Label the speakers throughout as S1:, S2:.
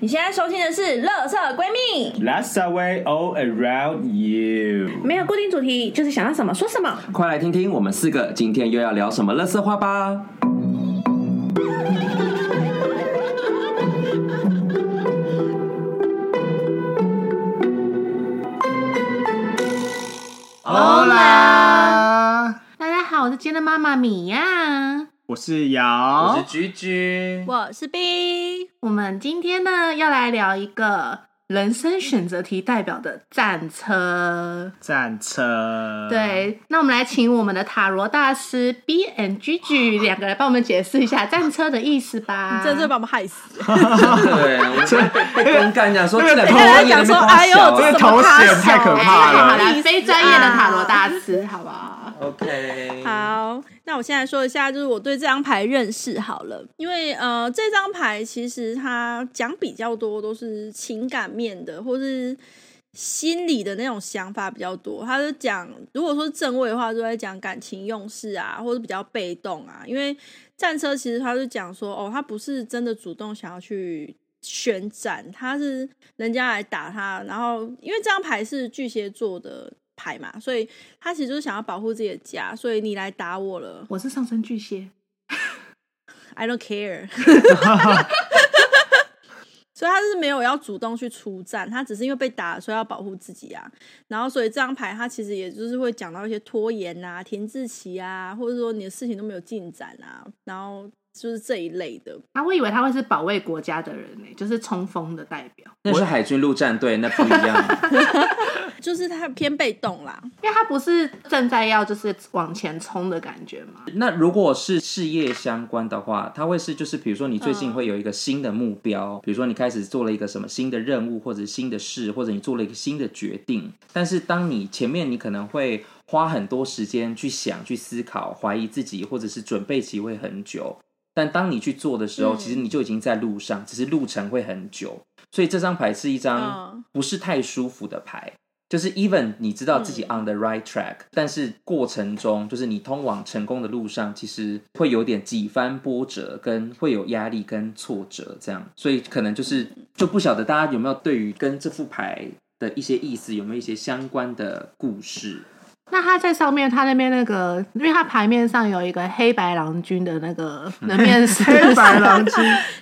S1: 你现在收听的是《乐色闺蜜》，
S2: That's the way all around you。
S1: 没有固定主题，就是想要什么说什么。
S3: 快来听听我们四个今天又要聊什么乐色话吧！
S2: 啦，
S4: 大家好，我是今天的妈妈米呀。
S2: 我是瑶，
S3: 居
S5: 嗯
S3: 居，
S1: 我是冰，
S4: 我们今天呢要来聊一个人生选择题代表的战车。
S2: 战车。，
S4: 对，那我们来请我们的塔罗大师 B and G G 两个来帮我们解释一下战车的意思吧。
S5: 真是把我们害死！
S3: 对，我们在被被公 干讲说，这两
S5: 个
S3: 天我
S5: 人讲说哎呦
S2: 这个
S5: 怎么
S2: 头
S5: 趴
S2: 衔
S5: 手
S2: 太可
S4: 哎
S2: 怕了。
S4: 好啦，非专业的塔罗大师，好不好？
S3: OK，
S5: 好，那我现在说一下，就是我对这张牌认识好了，因为呃，这张牌其实它讲比较多都是情感面的，或是心理的那种想法比较多。它就讲，如果说正位的话，就在讲感情用事啊，或者比较被动啊，因为战车其实他就讲说，哦，他不是真的主动想要去宣战，他是人家来打他，然后因为这张牌是巨蟹座的牌嘛，所以他其实就是想要保护自己的家，所以你来打我了
S4: 我是上升巨蟹，
S5: ，I don't care。所以他是没有要主动去出战，他只是因为被打，所以要保护自己啊。然后，所以这张牌它其实也就是会讲到一些拖延啊、停滞期啊，或者说你的事情都没有进展啊，然后就是这一类的。
S4: 啊，我以为他会是保卫国家的人呢、就是冲锋的代表，
S3: 那是海军陆战队，那不一样。
S5: 就是他偏被动啦，
S4: 因为他不是正在要就是往前冲的感觉嘛。
S3: 那如果是事业相关的话，它会是就是比如说你最近会有一个新的目标，
S5: 嗯
S3: 比如说你开始做了一个什么新的任务，或者新的事，或者你做了一个新的决定。但是当你前面你可能会花很多时间去想、去思考、怀疑自己，或者是准备期会很久。但当你去做的时候，
S5: 嗯
S3: 其实你就已经在路上，只是路程会很久。所以这张牌是一张
S5: 嗯
S3: 不是太舒服的牌。就是 even 你知道自己
S4: 嗯
S3: on the right track，、但是过程中就是你通往成功的路上，其实会有点几番波折，跟会有压力跟挫折这样，所以可能就是
S4: 嗯
S3: 就不晓得大家有没有对于跟这副牌的一些意思有没有一些相关的故事？
S4: 那他在上面，他那边那个，因为他牌面上有一个黑白郎君的那 个人面狮，
S2: 黑白狼君，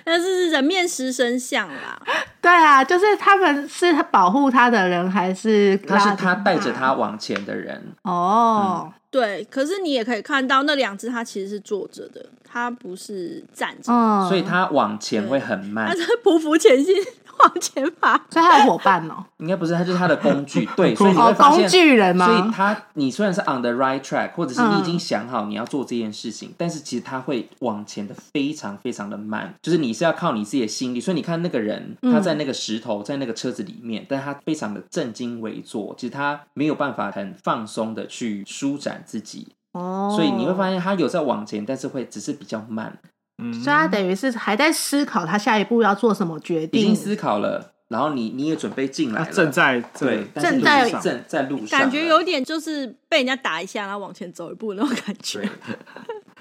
S5: 但是人面狮身像啦，
S4: 对啊，就是他们是保护他的人，还是
S3: 他是
S4: 拉
S3: 他带着他往前的人，
S4: 哦？
S5: 对。可是你也可以看到那两只它其实是坐着的，它不是站着，
S4: 嗯，
S3: 所以他往前会很慢
S5: 它，是匍匐前进 往前爬。
S4: 所以他有伙伴哦，
S3: 应该不是，他就是他的 工具，对，所以你会
S4: 哦，
S3: 发现
S4: 工具人吗？
S3: 所以他，你虽然是 on the right track，或者是你已
S4: 嗯
S3: 经想好你要做这件事情，但是其实他会往前的非常非常的慢，就是你是要靠你自己的心力。所以你看那个人，他
S4: 嗯
S3: 在那个石头，在那个车子里面，但他非常的正襟危坐，其实他没有办法很放松的去舒展自己，
S4: 哦，
S3: 所以你会发现他有在往前，但是会只是比较慢，
S2: 嗯
S4: 哦所以他等于是还在思考他下一步要做什么决
S3: 已经
S4: 定。
S3: 思考了，然后你你也准备进来
S2: 他
S3: 了，
S2: 啊正在
S3: 对，但是
S4: 正
S3: 你
S4: 在
S3: 是正在路上了，
S5: 感觉有点就是被人家打一下，然后往前走一步那种感觉
S3: 对，，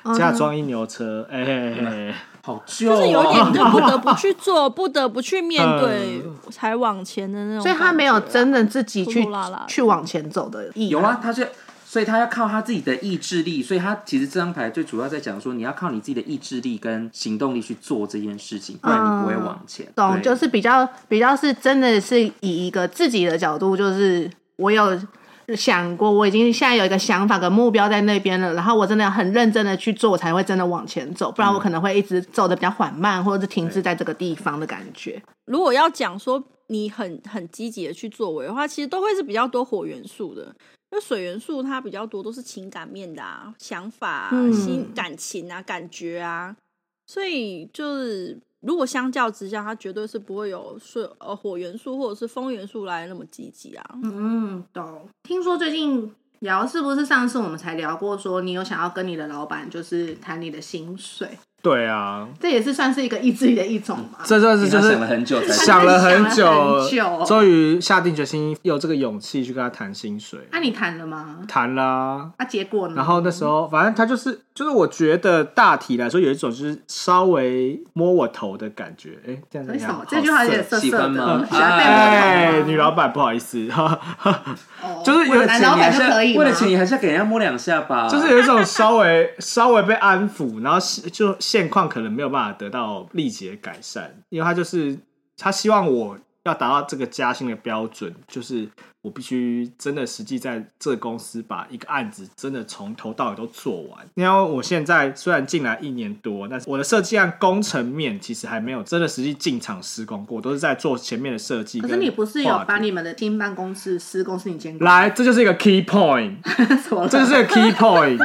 S4: 嗯
S2: 加装一牛车，哎嘿嘿嘿，
S3: 好旧、哦，
S5: 就是有点你就不得不去做，不得不去面对，才往前的那种感觉啊。
S4: 所以他没有真的自己去
S5: 拖拖拉拉的
S4: 去往前走的意。
S3: 有啊，，他是，所以他要靠他自己的意志力，所以他其实这张牌最主要在讲说，你要靠你自己的意志力跟行动力去做这件事情，不然你不会往前。
S4: 懂，
S3: 对
S4: 就是比较比较是真的是以一个自己的角度，就是我有想过，我已经现在有一个想法跟目标在那边了，然后我真的要很认真的去做，我才会真的往前走，不然我可能会一直走的比较缓慢，或者是停滞在这个地方的感觉。
S5: 如果要讲说你很很积极的去作为的话，其实都会是比较多火元素的，因为水元素它比较多都是情感面的啊，想法、啊、
S4: 嗯
S5: 心感情啊、感觉啊，所以就是如果相较之下，它绝对是不会有水呃火元素或者是风元素来得那么积极啊。
S4: 嗯，懂。听说最近聊是不是上次我们才聊过，说你有想要跟你的老板就是谈你的薪水？
S2: 对啊，
S4: 这也是算是一个意 志力的一种嘛。
S2: 这算是
S3: 你
S2: 就
S3: 要
S2: 是
S3: 想了很久才
S2: 想了很
S4: 想了很久
S2: 终于下定决心，有这个勇气去跟他谈薪水，
S4: 啊那、你谈了吗？
S2: 谈啦。
S4: 啊，结果呢？
S2: 然后那时候，反正他就是，就是我觉得大体来说有一种就是稍微摸我头的感觉，哎，这样子
S4: 为什么
S2: 好
S4: 这句话有
S2: 色
S4: 点涩
S3: 喜
S4: 涩
S3: 欢
S4: 的
S3: 吗？
S4: 喜欢被
S2: 哎，
S4: 摸头
S2: 女老板不好意思，
S4: 吗哦
S2: 就是有
S4: 我的男老
S3: 你还
S4: 板
S3: 是
S4: 就可以吗
S3: 为了钱，你还是要给人家摸两下吧。
S2: 就是有一种稍微 稍微被安抚，然后是就现况可能没有办法得到立即的改善，因为他就是他希望我要达到这个加薪的标准，就是我必须真的实际在这个公司把一个案子真的从头到尾都做完。因为我现在虽然进来一年多，但是我的设计案工程面其实还没有真的实际进场施工过，都是在做前面的设计
S4: 可
S2: 跟画
S4: 是
S2: 图。
S4: 你不是有把你们的新办公室施工是你监管？
S2: 来，这就是一个 key point。
S4: 什么了？
S2: 这就是个 key point。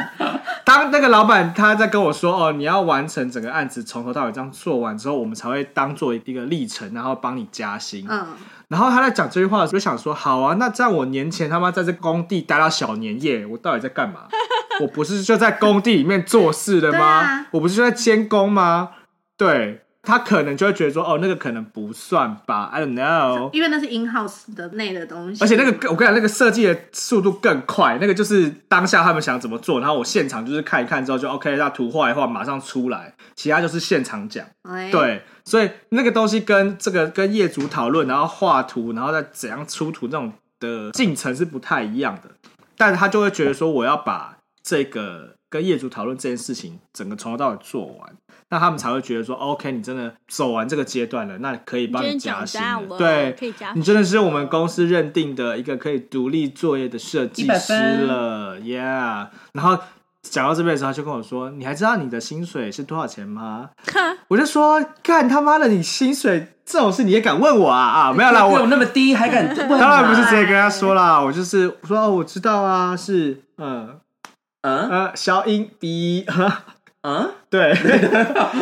S2: 当那个老板他在跟我说：“哦，你要完成整个案子从头到尾这样做完之后，我们才会当做一个历程，然后帮你加薪。
S4: 嗯，
S2: 然后他在讲这句话，我就想说：“好啊，那这样我年前他妈在这工地待到小年夜，我到底在干 嘛？我不是就在工地里面做事的吗？
S4: 对啊
S2: 我不是就在监工吗？”对他可能就会觉得说：“哦，那个可能不算吧，I don't know。”
S4: 因为那是 in house 的内的东西，
S2: 而且那个，我跟你讲，那个设计的速度更快，那个就是当下他们想怎么做，然后我现场就是看一看之后就 OK，那图画一画马上出来，其他就是现场讲。
S4: 哎，
S2: 对，所以那个东西跟这个跟业主讨论，然后画图，然后再怎样出图那种的进程是不太一样的，但他就会觉得说我要把这个跟业主讨论这件事情整个从头到尾做完。那他们才会觉得说，OK，你真的走完这个阶段了，那可以帮
S5: 今天
S2: 加
S5: 讲
S2: 薪
S5: 到了，
S2: 了。对，
S5: 可以 加
S2: 你真的是我们公司认定的一个可以独立作业的设计
S3: 100
S2: 师
S3: 分
S2: 了，Yeah。然后讲到这边的时候，他就跟我说：“你还知道你的薪水是多少钱吗？”我就说：“干他妈的，你薪水这种事你也敢问我啊 啊？没有啦，
S3: 我有
S2: 我
S3: 那么啊低还敢问 吗？
S2: 当然不是直接跟他说啦，我就是我说哦，我知道啊，是嗯
S3: 嗯
S2: 呃小英比。
S3: 嗯，
S2: 对，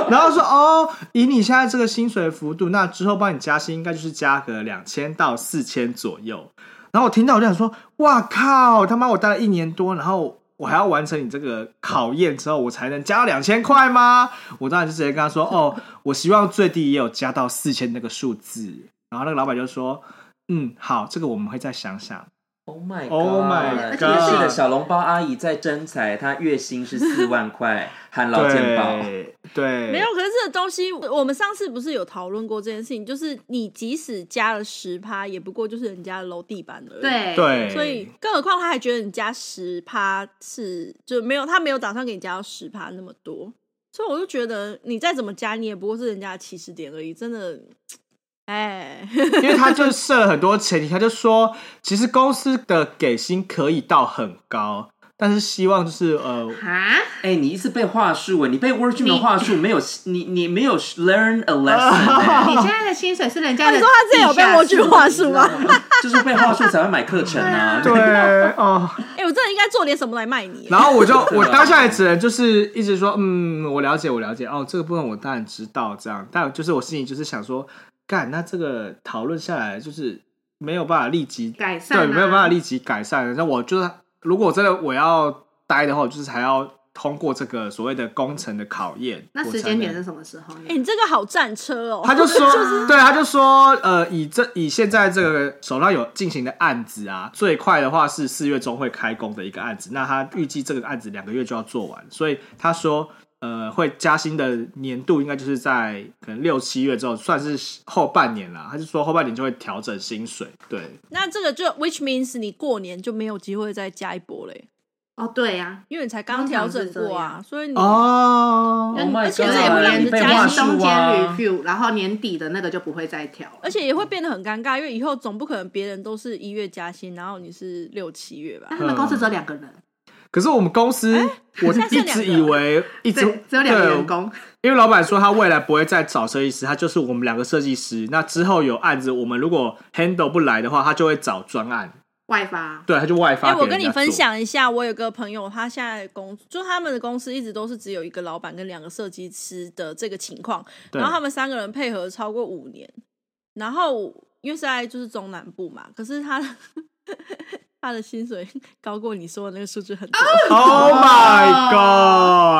S2: 然后说哦，以你现在这个薪水的幅度，那之后帮你加薪应该就是加个两千到四千左右。然后我听到我就想说，哇靠，他妈我待了一年多，然后我还要完成你这个考验之后，我才能加到两千块吗？我当然就直接跟他说，哦，我希望最低也有加到四千那个数字。然后那个老板就说，嗯，好，这个我们会再想想。
S3: Oh my god！
S2: Oh my
S4: 而且
S3: 夜市
S2: god
S3: 的小笼包阿姨在征才，她月薪是四万块，含劳健保。
S2: 对对，
S5: 没有，可是这个东西，我们上次不是有讨论过这件事情，就是你即使加了十趴，也不过就是人家的楼地板而已。。
S4: 对，
S2: 对，
S5: 所以，更何况他还觉得你加十趴是就没有，他没有打算给你加到十趴那么多，所以我就觉得你再怎么加，你也不过是人家的起始点而已，真的，哎，
S2: 因为他就设了很多前提，他就说，其实公司的给薪可以到很高，但是希望就是呃，
S4: 啊，
S3: 哎、你一次被话术哎，你被 Virgin 的话术没有，你你没有 learn a lesson 哎
S4: 你现在的薪水是人家的，
S5: 哦你说他自己有被我句话术吗？
S3: 就是被话术才会买课程啊。
S2: 对哦，
S5: 哎、我真的应该做点什么来卖你。啊
S2: 然后我就我当下也只能就是一直说，嗯，我了解，我了解，哦，这个部分我当然知道，这样，但就是我心里就是想说，干，那这个讨论下来就是没有办法立即
S4: 改善啊
S2: 对，没有办法立即改善。那我就是，如果真的我要待的话，我就是还要通过这个所谓的工程的考验，
S4: 那
S2: 我
S4: 时
S2: 才
S4: 间
S2: 能
S4: 点是什么时候？
S5: 哎、你这个好战车哦！
S2: 他就说，对，他就说，呃，以这以现在这个手上有进行的案子啊，最快的话是四月中会开工的一个案子，那他预计这个案子两个月就要做完，所以他说，呃，会加薪的年度应该就是在可能六七月之后，算是后半年啦。他就说后半年就会调整薪水，对，
S5: 那这个就 which means 你过年就没有机会再加一波嘞，
S4: 哦，对呀，
S5: 因为你才刚调整过啊，所以你
S2: 哦，
S3: Oh my
S5: 而
S3: god！
S5: 且这也会让
S4: 年
S5: 你
S3: 被
S5: 加
S3: 话
S4: 年
S3: 术
S4: 啊中间
S3: 啊。
S4: review，然后年底的那个就不会再调
S2: 呃
S4: 了。
S5: 而且也会变得很尴尬，因为以后总不可能别人都是一月加薪，然后你是六七月吧
S4: 那？他们公司只有两个人，
S2: 可是我们公司，我
S5: 现在
S2: 一
S5: 剩两个
S2: 直以为一直
S4: 对，只有两个
S2: 对
S4: 员工。
S2: 因为老板说他未来不会再找设计师，他就是我们两个设计师。那之后有案子，我们如果 handle 不来的话，他就会找专案，
S4: 外发，
S2: 对，他就外
S5: 哎、
S2: 发给人家做。
S5: 我跟你分享一下，我有个朋友，他现在公就他们的公司一直都是只有一个老板跟两个设计师的这个情况，
S2: 对，
S5: 然后他们三个人配合超过五年，然后因为现在就是中南部嘛，可是他 他的薪水高过你说的那个数字很多，
S2: Oh
S5: Oh，
S2: my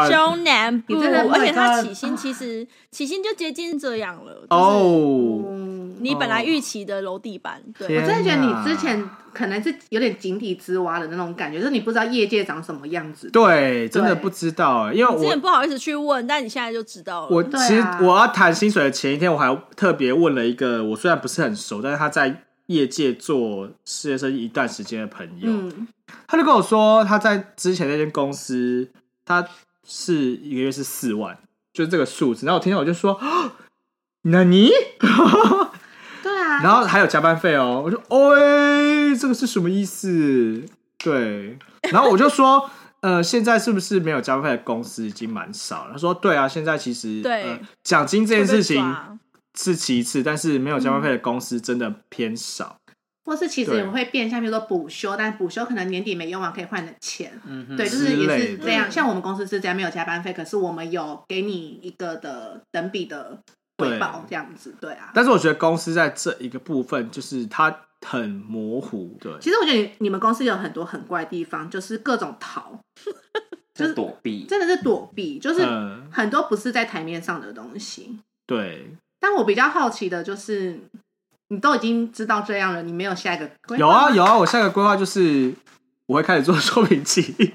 S2: god！
S5: 中南部，
S4: 你真的
S5: 而且他
S3: Oh my god
S5: 起薪其实起薪就接近这样了，就是
S2: 哦，
S5: 你本来预期的楼地板，对
S2: 天
S4: 我真的觉得
S2: 哪
S4: 你之前可能是有点井底之蛙的那种感觉，就是你不知道业界长什么样子。
S2: 对，真的
S4: 对
S2: 不知道欸，因为
S5: 之前
S2: 我
S5: 不好意思去问，但你现在就知道
S2: 我
S5: 了。
S4: 对
S2: 其实
S4: 啊
S2: 我要谈薪水的前一天，我还特别问了一个我虽然不是很熟，但是他在业界做事业生意一段时间的朋友，
S4: 嗯，
S2: 他就跟我说他在之前那间公司，他是一个月是四万，就是这个数字。然后我听到我就说，哦那你？
S4: 对啊，
S2: 然后还有加班费哦，我就哦、哎，这个是什么意思？对，然后我就说，呃，现在是不是没有加班费的公司已经蛮少了？他说，对啊，现在其实
S5: 对
S2: 呃奖、金这件事
S5: 会被
S2: 情
S5: 抓
S2: 是其次，但是没有加班费的公司真的偏少。
S4: 或是其实
S2: 对
S4: 也会变相，比如说补休，但补休可能年底没用完可以换的钱。
S3: 嗯哼，
S4: 对，就
S2: 之
S4: 是也
S2: 类
S4: 是
S2: 的
S4: 这样。
S5: 嗯
S4: 像我们公司是这样，没有加班费，可是我们有给你一个的等比的回报，这样子，对啊。
S2: 但是我觉得公司在这一个部分，就是它很模糊，对，
S4: 其实我觉得你你们公司有很多很怪的地方，就是各种逃，
S3: 就是躲避，
S4: 真的是躲避，就是
S2: 嗯
S4: 很多不是在台面上的东西。
S2: 对，
S4: 但我比较好奇的就是，你都已经知道这样了，你没有下一个规划
S2: 有啊有啊，我下一个规划就是我会开始做 说明器，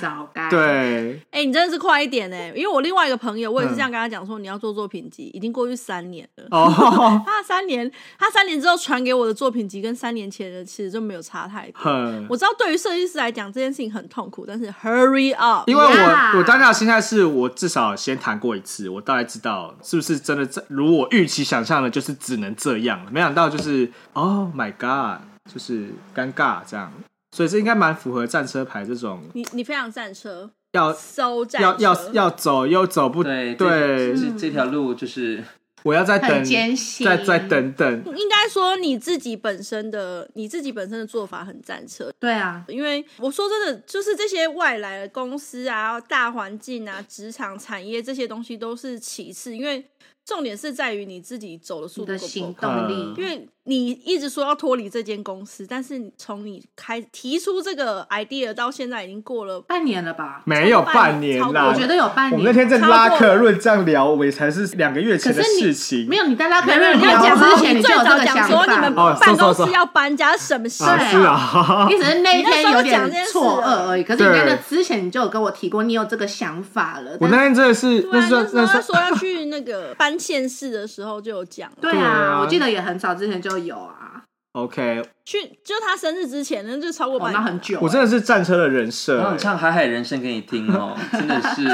S4: 早该，
S2: 对，
S5: 哎、你真的是快一点哎、因为我另外一个朋友，我也
S2: 嗯
S5: 是这样跟他讲说，你要做作品集，已经过去三年了。
S2: 哦，
S5: 他三年，他三年之后传给我的作品集跟三年前的其实就没有差太多。
S2: 很
S5: 我知道对于设计师来讲这件事情很痛苦，但是 hurry up，
S2: 因为我
S4: Yeah
S2: 我当下的心态是我至少先谈过一次，我大概知道是不是真的在如我预期想象的，就是只能这样了。没想到就是，Oh my God，就是尴尬这样。所以这应该蛮符合战车牌这种
S5: 你你非常战车，
S2: 要
S5: 搜战
S2: 要
S5: 车，
S2: 要要走又走不
S3: 对
S2: 对
S3: 这
S4: 嗯
S3: 这这条路就是
S2: 我要再等
S4: 很艰辛，
S2: 再再，等等，
S5: 应该说你自己本身的你自己本身的做法很战车，
S4: 对啊，
S5: 因为我说真的，就是这些外来的公司啊、大环境啊、职场产业这些东西都是其次，因为重点是在于你自己走的速
S4: 你
S5: 度
S4: 的
S5: 够不
S4: 行
S5: 够。
S4: 动
S2: 嗯
S4: 力，
S5: 因为你一直说要脱离这间公司，但是从你开提出这个 idea 到现在已经过了，
S4: 半年了吧？
S2: 没有
S5: 超过
S2: 半
S5: 半
S2: 年
S5: 年
S2: 啦。
S4: 我觉得有半
S2: 嗯
S4: 年。
S2: 我们那天在
S5: 超过
S2: 拉客论这样聊，我也才是两个月前的
S4: 可是你
S2: 事情。
S4: 没有你在拉开
S5: 你要
S4: 聊
S5: 讲
S4: 之前，你
S5: 你
S4: 就
S5: 最
S4: 有这
S5: 早
S4: 个
S5: 讲
S4: 想
S5: 说你们
S4: 法。
S2: 哦
S5: 办公
S2: 搜搜
S5: 室
S2: 搜
S5: 要搬家是什么事
S2: 啊，
S4: 对
S2: 是啊，
S4: 你只是那一天有点错
S5: 啊
S4: 愕而已，可是你在那
S2: 对
S4: 之前你就有跟我提过，你有这个想法了。
S2: 我
S4: 但
S2: 那天真的是
S5: 对
S2: 那
S5: 啊，
S2: 算
S5: 那
S2: 那
S5: 时候
S2: 算
S5: 说要去那个搬县市的时候就有讲了，
S4: 对
S2: 对
S4: 啊
S2: 啊，
S4: 我记得也很早之前就有啊，
S2: OK，
S5: 去就他生日之前，那就超过
S4: 哦
S5: 半
S4: 那
S5: 年，
S4: 很久欸。
S2: 我真的是战车的人设、
S3: 我
S2: 欸
S3: 想唱《海海人生》给你听 哦，真的是，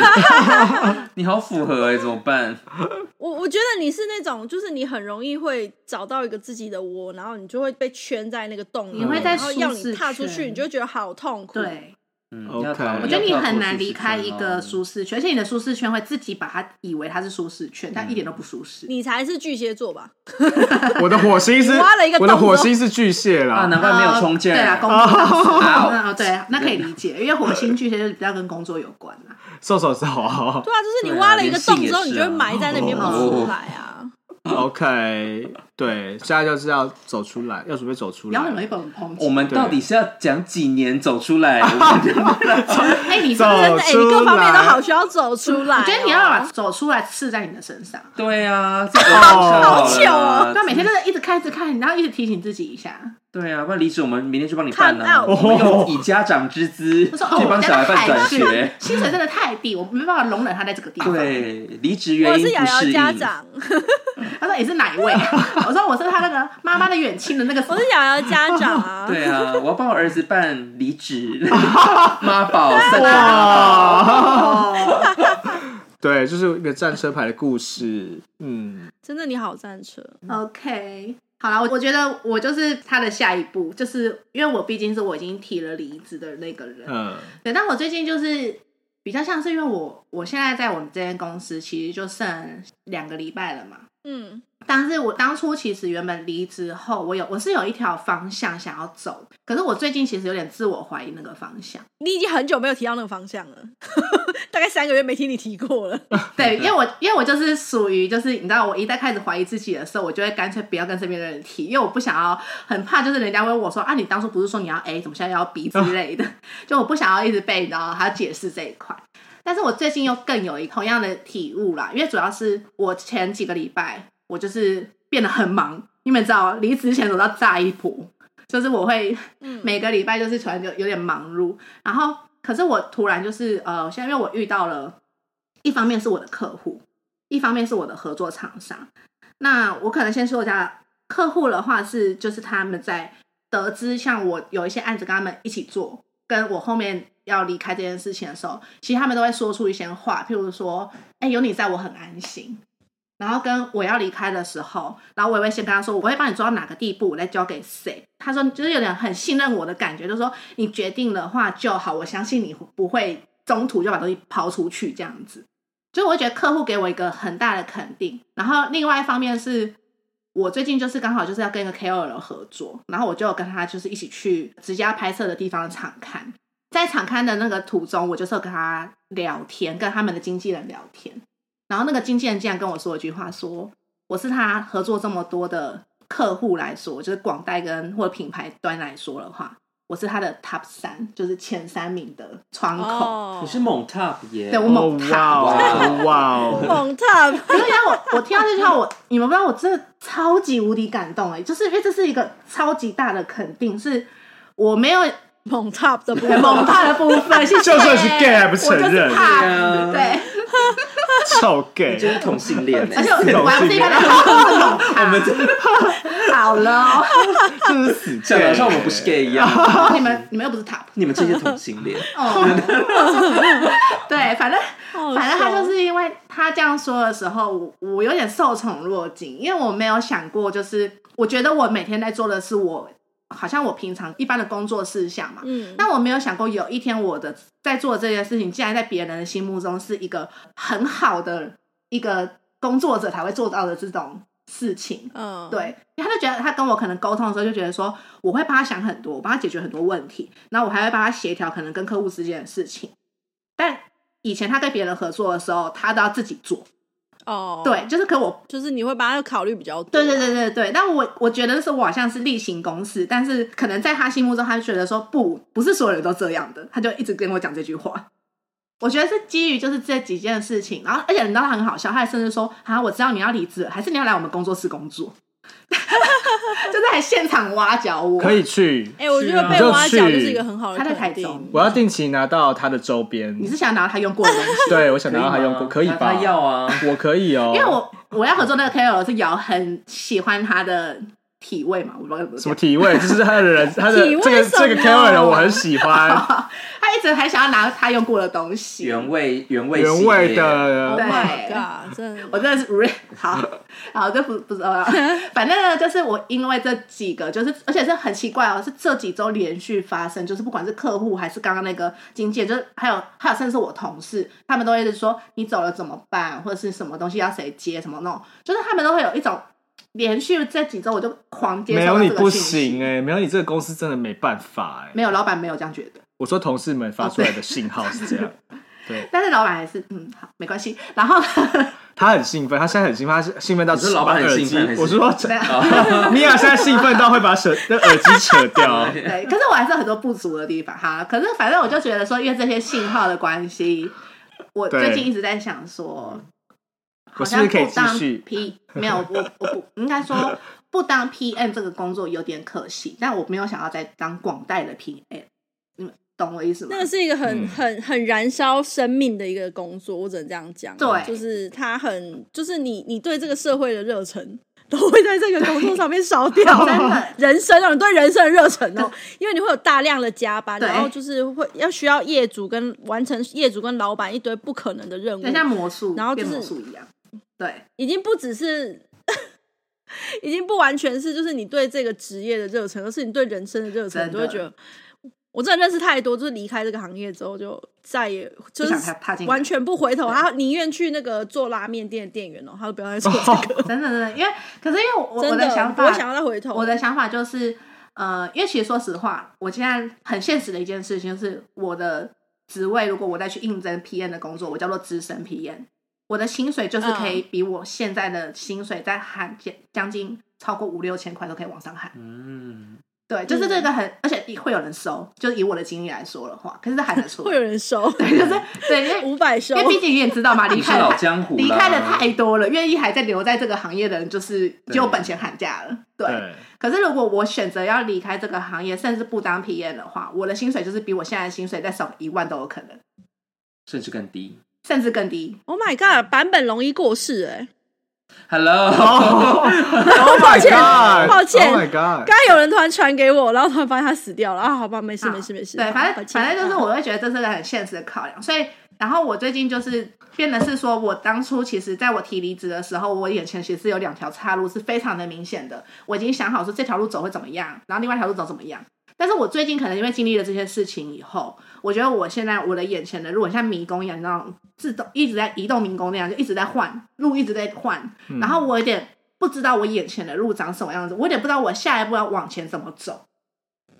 S3: 你好符合哎，怎么办？
S5: 我我觉得你是那种，就是你很容易会找到一个自己的窝，然后你就会被圈在那个洞里，
S4: 你会在
S5: 然后要
S4: 舒
S5: 你
S4: 适
S5: 踏出去，
S4: 圈
S5: 你就会觉得好痛苦。，
S4: 对，
S3: 嗯
S2: OK
S3: 要逃
S2: 我
S4: 我觉得你
S3: 要跳脱
S4: 很难
S3: 舒适
S4: 离开
S3: 圈
S4: 一
S3: 哦
S4: 个舒适圈，而且你的舒适圈会自己把它以为它是舒适圈，但一点都不舒适。
S5: 你才是巨蟹座吧？
S2: 我的火星是
S5: 你挖了一个
S2: 我的
S5: 洞之后
S2: 火星是巨蟹啦。
S3: 啊，难怪没有冲劲
S4: 对啊，工
S3: 儿。哦
S4: 作 上是
S3: 好
S4: 嗯哦，对，那可以理解，因为火星巨蟹就是比较跟工作有关啦。
S2: 瘦瘦瘦、哦
S5: 对啊，就是你
S3: 对啊
S5: 挖了一个洞之后，你
S3: 连
S5: 就
S3: 戏也是啊
S5: 会埋在那边不出来啊。
S2: ，OK，对，现在就是要走出来，要准备走出
S4: 不要很
S2: 来
S4: 容。易被我们抨击。
S3: 我们到底是要讲几年走出 来？
S4: 哎，你是不
S2: 走
S4: 是
S5: 真的，哎，你各方面都好需要走出来哦。
S4: 我觉得你要把走出来刺在你的身上，
S3: 对啊， 这
S4: 哦
S3: 个好
S5: 好糗
S3: 呃
S5: 哦
S4: 对，每天都在一直看，一直看，然后一直提醒自己一下。
S3: 对啊，不然离职我们明天去帮你办
S5: Come
S3: 啊，
S5: out
S3: 我们用以家长之姿去
S4: 他说：“哦，我
S3: 帮小
S4: 家
S3: 孩
S4: 的
S3: 办
S4: 孩
S3: 转
S4: 子
S3: 学。
S4: 薪水真的太低，我没办法容忍他在这个地”方。
S3: 对，离职
S5: 我
S3: 原因
S5: 是瑶
S3: 不
S5: 瑶
S3: 适
S5: 家
S3: 应。
S5: 长，
S4: 他说：“你是哪一位？” 我说：“我是他那个妈妈的远亲的那
S3: 哦
S4: 个。”
S5: 我是瑶瑶家长啊。
S3: 对啊，我要帮我儿子办离 职，妈宝三大
S2: 哇，
S4: 哦，
S2: 对，就是一个战车牌的故事。嗯，
S5: 真的，你好战车。
S4: OK，好了，我我觉得我就是他的下一步，就是因为我毕竟是我已经提了离职的那个人，
S2: 呃，
S4: 对，但我最近就是比较像是因为我我现在在我们这间公司其实就剩两个礼拜了嘛，
S5: 嗯，
S4: 但是我当初其实原本离职后，我有我是有一条方向想要走，可是我最近其实有点自我怀疑那个方向。
S5: 你已经很久没有提到那个方向了， 大概三个月没听你提过了。
S4: 对，因为我因为我就是属于就是你知道，我一旦开始怀疑自己的时候，我就会干脆不要跟身边的人提，因为我不想要很怕，就是人家问我说啊，你当初不是说你要 A，怎么现在要 B 之类的， 就我不想要一直被然后还要解释这一块。但是我最近又更有一同样的体悟啦，因为主要是我前几个礼拜我就是变得很忙，你们知道，离职前走到炸一波，就是我会
S5: 嗯
S4: 每个礼拜就是突然就有点忙碌，然后可是我突然就是呃，现在因为我遇到了，一方面是我的客户，一方面是我的合作厂商。那我可能先说一下客户的话是，就是他们在得知像我有一些案子跟他们一起做，跟我后面要离开这件事情的时候，其实他们都会说出一些话，譬如说，哎、有你在我很安心。然后跟我要离开的时候，然后我也会先跟他说，我会帮你做到哪个地步，我再交给谁。他说就是有点很信任我的感觉，就是说你决定的话就好，我相信你不会中途就把东西抛出去这样子。所以我觉得客户给我一个很大的肯定。然后另外一方面是我最近就是刚好就是要跟一个 KOL 合作，然后我就有跟他就是一起去直接要拍摄的地方场刊，在场刊的那个途中，我就是有跟他聊天，跟他们的经纪人聊天。然后那个经纪人竟然跟我说一句话说我是他合作这么多的客户来说，就是广代跟或者品牌端来说的话，我是他的 top 三，就是前三名的窗口。
S5: 哦
S3: 你是猛 top 耶，
S4: 对我
S2: 哦
S4: 猛
S2: 哇
S4: 塔
S2: 哦哇哦，
S5: 猛 top，
S4: 因为我我听到这句话，我你们不知道，我真的超级无敌感动哎、就是因为这是一个超级大的肯定，是我没有
S5: 猛 top 的部分，
S4: 猛怕的部分，谢谢
S2: 就算
S5: 欸
S2: 是 gay 还不承
S4: 我就是
S2: 认，
S4: 怕，
S3: 对啊
S4: 对，
S2: 臭 gay，
S3: 就是同性恋
S4: 而
S3: 欸，
S4: 且我还是一般的猛怕，我们真好了哦，
S2: 真是死 gay，
S3: 讲的像我们不是 gay 一样，
S4: 你们你们又不是 top，
S3: 你们这些同性恋，
S4: 哦， 对，反正
S5: 好
S4: 反正他
S5: 爽
S4: 就是因为他这样说的时候，我我有点受宠若惊，因为我没有想过，就是我觉得我每天在做的是我好像我平常一般的工作事项嘛，
S5: 嗯，
S4: 但我没有想过有一天我的在做这件事情，竟然在别人的心目中是一个很好的一个工作者才会做到的这种事情。
S5: 嗯，
S4: 对，因为他就觉得他跟我可能沟通的时候就觉得说，我会帮他想很多，我帮他解决很多问题，然后我还会帮他协调可能跟客户之间的事情。但以前他跟别人合作的时候，他都要自己做，
S5: 哦，
S4: 对，，就是可我
S5: 就是你会把它考虑比较多，
S4: 对对对对对，但我我觉得是我好像是例行公事，但是可能在他心目中，他就觉得说不，不是所有人都这样的，他就一直跟我讲这句话。我觉得是基于就是这几件事情，然后而且你知道他很好笑，他还甚至说啊，我知道你要离职了，还是你要来我们工作室工作，就是还现场挖角我，
S2: 可以去，
S5: 哎，我觉得
S2: 你
S5: 被
S2: 就
S5: 挖角就是一个
S2: 去
S5: 很好的
S4: 他在
S5: 肯
S4: 台
S5: 定
S4: 中，
S2: 我要定期拿到他的周边，
S4: 你是想拿他用过的东西，
S2: 对我想拿到他用过，可以
S3: 吗
S2: 吧？
S3: 他要啊，
S2: 我可以 哦，
S4: 因为我我要合作那个 KOL 是瑶很喜欢他的体味嘛，我不知道怎么
S2: 什
S4: 讲
S2: 么体位，就是他的 人，他的
S5: 体味
S2: 这个
S5: 什么
S2: 这个 KOL 我很喜欢，
S4: 他一直很想要拿他用过的东西，
S3: 原味原味
S2: 原味
S3: 系
S5: ，Oh
S2: 的
S4: 对
S5: my god，真的，
S4: 我真的是 re 好，好，这不不知道了。反正呢，就是我因为这几
S2: 啊
S4: 个，就是而且是很奇怪哦，是这几周连续发生，就是不管是客户还是刚刚那个经纪人，就是还有还有甚至是我同事，他们都一直说你走了怎么办，或者是什么东西要谁接什么弄，就是他们都会有一种连续这几周我就狂接
S2: 没
S4: 收
S2: 有
S4: 到
S2: 你
S4: 这
S2: 不
S4: 个信息。
S2: 行哎，没有你这个公司真的没办法哎。
S4: 没有，老板没有这样觉得，
S2: 我说同事们发出来的信号是这样，
S4: 但是老板还是嗯好没关系。然后 呢
S2: 他很兴奋，他现在很兴奋，他是兴奋到
S3: 你说老板很
S2: 把耳
S3: 兴
S2: 机
S3: 奋还是
S2: 我说
S4: 没有
S2: 米娅现在兴奋到会把手那耳机扯掉，
S4: 对，可是我还是有很多不足的地方哈。可是反正我就觉得说，因为这些信号的关系，我
S2: 对
S4: 最近一直在想说，
S2: 我是不
S4: 好
S2: 是
S4: 像
S2: 可以
S4: 不
S2: 继
S4: 当
S2: 续
S4: P 没有，我我不 应该说不当 PM 这个工作有点可惜，但我没有想要再当广代的 PM，你们懂我意思吗
S5: 那？个是一个很、
S2: 嗯
S5: 很很燃烧生命的一个工作，我只能这样讲。啊
S4: 对
S5: 就是它很，就是你你对这个社会的热忱。都会在这个工作上面烧掉，
S4: 真的
S5: 人生哦，你对人生的热忱哦，因为你会有大量的加班，
S4: 对
S5: 然后就是会要需要业主跟完成业主跟老板一堆不可能的任务，
S4: 就像魔术，
S5: 然后就
S4: 变
S5: 是
S4: 魔术一样， 对
S5: 已经不只是， 已经不完全是就是你对这个职业的热忱，而是你对人生的热忱，
S4: 真
S5: 你
S4: 的
S5: 就会觉得我真的认识太多，就是离开这个行业之后就再也就
S4: 不
S5: 是
S4: 想踏踏进来
S5: 完全不回头，他宁愿去那个做拉面店的店员哦，他都不要再做这个，
S4: 真的真的，因为可是因为我我
S5: 真
S4: 的
S5: 的
S4: 想
S5: 不
S4: 法
S5: 会想要再回头。
S4: 我的想法就是，呃，因为其实说实话，我现在很现实的一件事情就是，我的职位，如果我再去应征 PM 的工作，我叫做资深 PM，我的薪水就是可
S5: 嗯
S4: 以比我现在的薪水再喊将将近超过五六千块都可以往上喊。
S3: 嗯，
S4: 对，就是这个很，而且会有人收，就是以我的经历来说的话，可是这喊得出来，
S5: 会有人收
S4: 就是对，因为
S5: 五百收
S4: 因，为毕竟你也知道嘛， 离
S3: 你是
S4: 开了
S3: 老
S4: 太
S3: 江湖啦
S4: 离开的太多了，愿意还在留在这个行业的人，就是只有本钱喊价了。对，
S2: 对，
S4: 可是如果我选择要离开这个行业，甚至不当 PM 的话，我的薪水就是比我现在的薪水再少一万都有可能，
S3: 甚至更低。
S4: 甚至更低。
S5: Oh my god，版本容易过世哎、
S3: Hello，、
S2: 哦 ，Oh my
S5: 歉
S2: God，
S5: 抱歉
S2: o h my God，
S5: 刚刚有人突然传给我，然后突然发现他死掉了啊！好吧，没事
S4: 啊
S5: 没事没事。
S4: 对，反
S5: 抱
S4: 正
S5: 歉嗯啊
S4: 反正就是我会觉得这是个很现实的考量，所以。然后我最近就是变得是说，我当初其实在我提离职的时候，我眼前其实有两条岔路是非常的明显的，我已经想好说这条路走会怎么样，然后另外一条路走怎么样。但是我最近可能因为经历了这些事情以后，我觉得我现在我的眼前的路很像迷宫一样，你知道，自动一直在移动迷宫那样，就一直在换路，一直在换。然后我有点不知道我眼前的路长什么样子，我有点不知道我下一步要往前怎么走。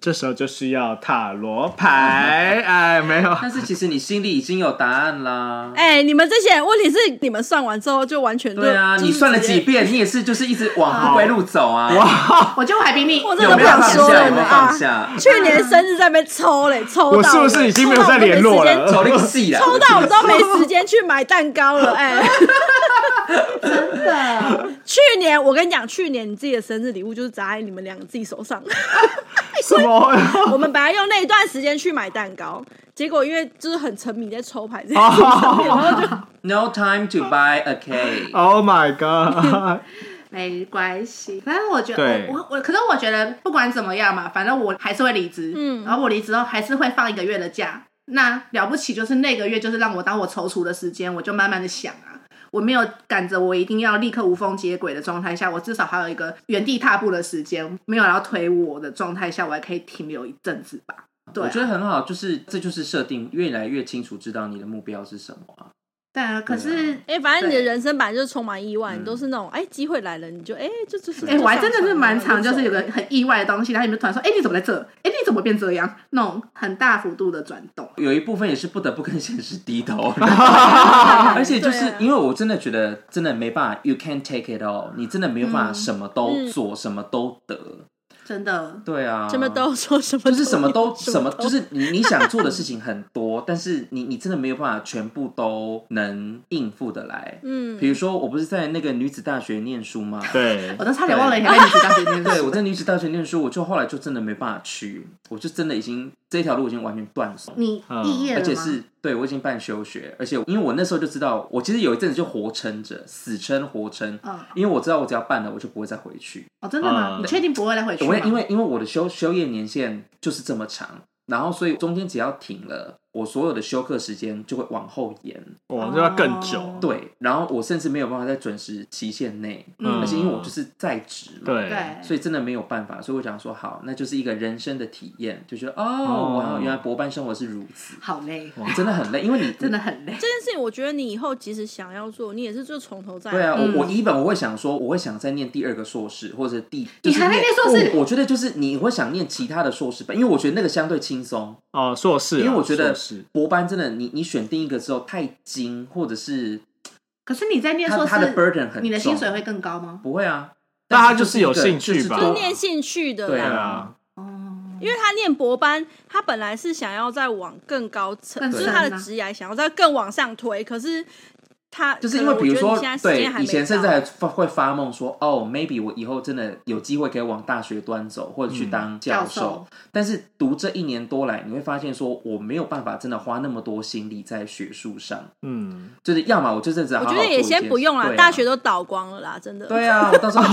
S2: 这时候就需要塔罗牌， 哎，没有，
S3: 但是其实你心里已经有答案啦。
S5: 哎、你们这些人问题是你们算完之后就完全都
S3: 对啊，
S5: 就是
S3: 你算了
S5: 直接
S3: 几遍，你也是就是一直往不归路走啊。
S4: 我觉得我还比你
S5: 我真的不
S3: 有没有
S5: 想
S3: 放
S5: 说
S3: 下？有
S5: 了
S3: 没有
S5: 啊
S3: 放！下？
S5: 去年生日在那边抽嘞，抽到
S2: 我是不是已经没有再联络了？
S3: 走那个戏啦，
S5: 抽到我都没时间去买蛋糕了，哎、
S4: 真的。
S5: 去年我跟你讲，去年你自己的生日礼物就是砸在你们两个自己手上。
S2: 什么？
S5: 我们本来用那一段时间去买蛋糕，结果因为就是很沉迷在抽牌这件事
S2: 哦
S5: 情上 面，然后就
S3: No time to buy a cake。
S2: Oh my god！
S4: 没关系，反正我觉得
S2: 对
S4: 我我我，可是我觉得不管怎么样嘛，反正我还是会离职，
S5: 嗯
S4: 然后我离职后还是会放一个月的假。那了不起就是那个月就是让我当我踌躇的时间，我就慢慢的想啊，我没有赶着我一定要立刻无缝接轨的状态下，我至少还有一个原地踏步的时间，没有人要推我的状态下，我还可以停留一阵子吧。对、
S3: 我
S4: 啊
S3: 觉，得很好，就是这就是设定，越来越清楚知道你的目标是什么啊。
S4: 对啊，可是。
S5: 哎、反正你的
S4: 对
S5: 人生本来就是充满意外，你
S2: 嗯
S5: 都是那种哎机、会来了你就哎、就就是。
S4: 哎、
S5: 就
S4: 我还
S5: 上
S4: 真的是
S5: 船
S4: 蛮
S5: 了
S4: 常，就是有个
S5: 走了
S4: 很意外的东西，然后你们突然说：“哎、你怎么在这？哎、你怎么变这样？”那种很大幅度的转动。
S3: 有一部分也是不得不跟现实低头，而且就是
S5: 对啊
S3: 因为我真的觉得真的没办法，you can't take it all，你真的没有办法
S4: 嗯
S3: 什么都做，什么都得。
S4: 真的，
S3: 对啊，
S5: 什么都说什么
S3: 就是什么都
S5: 什
S3: 什么，
S5: 都
S3: 就是你你想做的事情很多， 但是你你真的没有办法全部都能应付的来。
S5: 嗯
S3: 比如说，我不是在那个女子大学念书吗？
S2: 对
S4: 我，都差点忘了你还在女子大学念
S3: 对，
S4: 书。
S3: 我在女子大学念书，我就后来就真的没办法去，我就真的已经这条路已经完全断送，
S4: 你
S2: 嗯
S4: 毕业了
S3: 而
S4: 吗？
S3: 且是对我已经办休学，而且因为我那时候就知道，我其实有一阵子就活撑着，死撑活撑，
S4: 嗯，
S3: 因为我知道我只要办了，我就不会再回去。
S4: 哦，真的吗？
S2: 嗯
S4: 你确定不会再回去
S3: 我
S4: 吗？
S3: 因为因为我的休休业年限就是这么长，然后所以中间只要停了，我所有的休课时间就会往后延。
S2: 我就要更久
S4: 哦。
S3: 对，然后我甚至没有办法在准时期限内，
S4: 嗯
S3: 而且因为我就是在职嘛，
S2: 对
S4: 对，
S3: 所以真的没有办法。所以我想说，好，那就是一个人生的体验，就觉得哦，
S2: 哦
S3: 哇、原来博班生活是如此，
S4: 好累，
S3: 真的很累，因为你
S4: 真的。很累。
S5: 这件事情，我觉得你以后即使想要做，你也是就从头再
S3: 对啊，
S5: 来。
S3: 我我 even 我会想说，我会想再念第二个硕士，或者第就
S4: 你
S3: 是哦
S4: 还在念硕士
S3: 我我觉得就是你会想念其他的硕士班，因为我觉得那个相对轻松，
S2: 哦，硕士啊，
S3: 因为我觉得
S2: 硕士
S3: 博班真的，你你选定一个之后太精，或者是
S4: 可是你在念
S3: 他
S4: 硕
S3: 他的
S4: 士，
S3: burden 很重，
S4: 你的薪水会更高吗？
S3: 不会啊？
S2: 那他
S3: 但
S2: 就是有
S3: 一个
S2: 兴趣吧
S5: 就
S3: 就
S5: 是
S3: 多
S5: 念兴趣的
S3: 对
S5: 啦，
S2: 啊，
S4: 哦，
S5: 因为他念博班，他本来是想要再往更高层，
S4: 更
S5: 就是
S4: 深
S5: 他的
S4: 啊
S5: 职涯想要再更往上推，可是他
S3: 就是因为
S5: 可能
S3: 比如
S5: 我
S3: 说
S5: 觉得你现在，时
S3: 对
S5: 间还没
S3: 以前甚至
S5: 到
S3: 还发会发梦说，哦，maybe 我以后真的有机会可以往大学端走，或者去当教
S4: 教
S3: 授
S4: 授。
S3: 但是读这一年多来，你会发现说，我没有办法真的花那么多心力在学术上，
S2: 嗯，
S3: 就是要么我就真的只好
S5: 我
S3: 好
S5: 觉得
S3: 做
S5: 也
S3: 一
S5: 先
S3: 件
S5: 不
S3: 事
S5: 用啦，
S3: 对啊
S5: 大学都倒光了啦，真的。
S3: 对啊，我到时候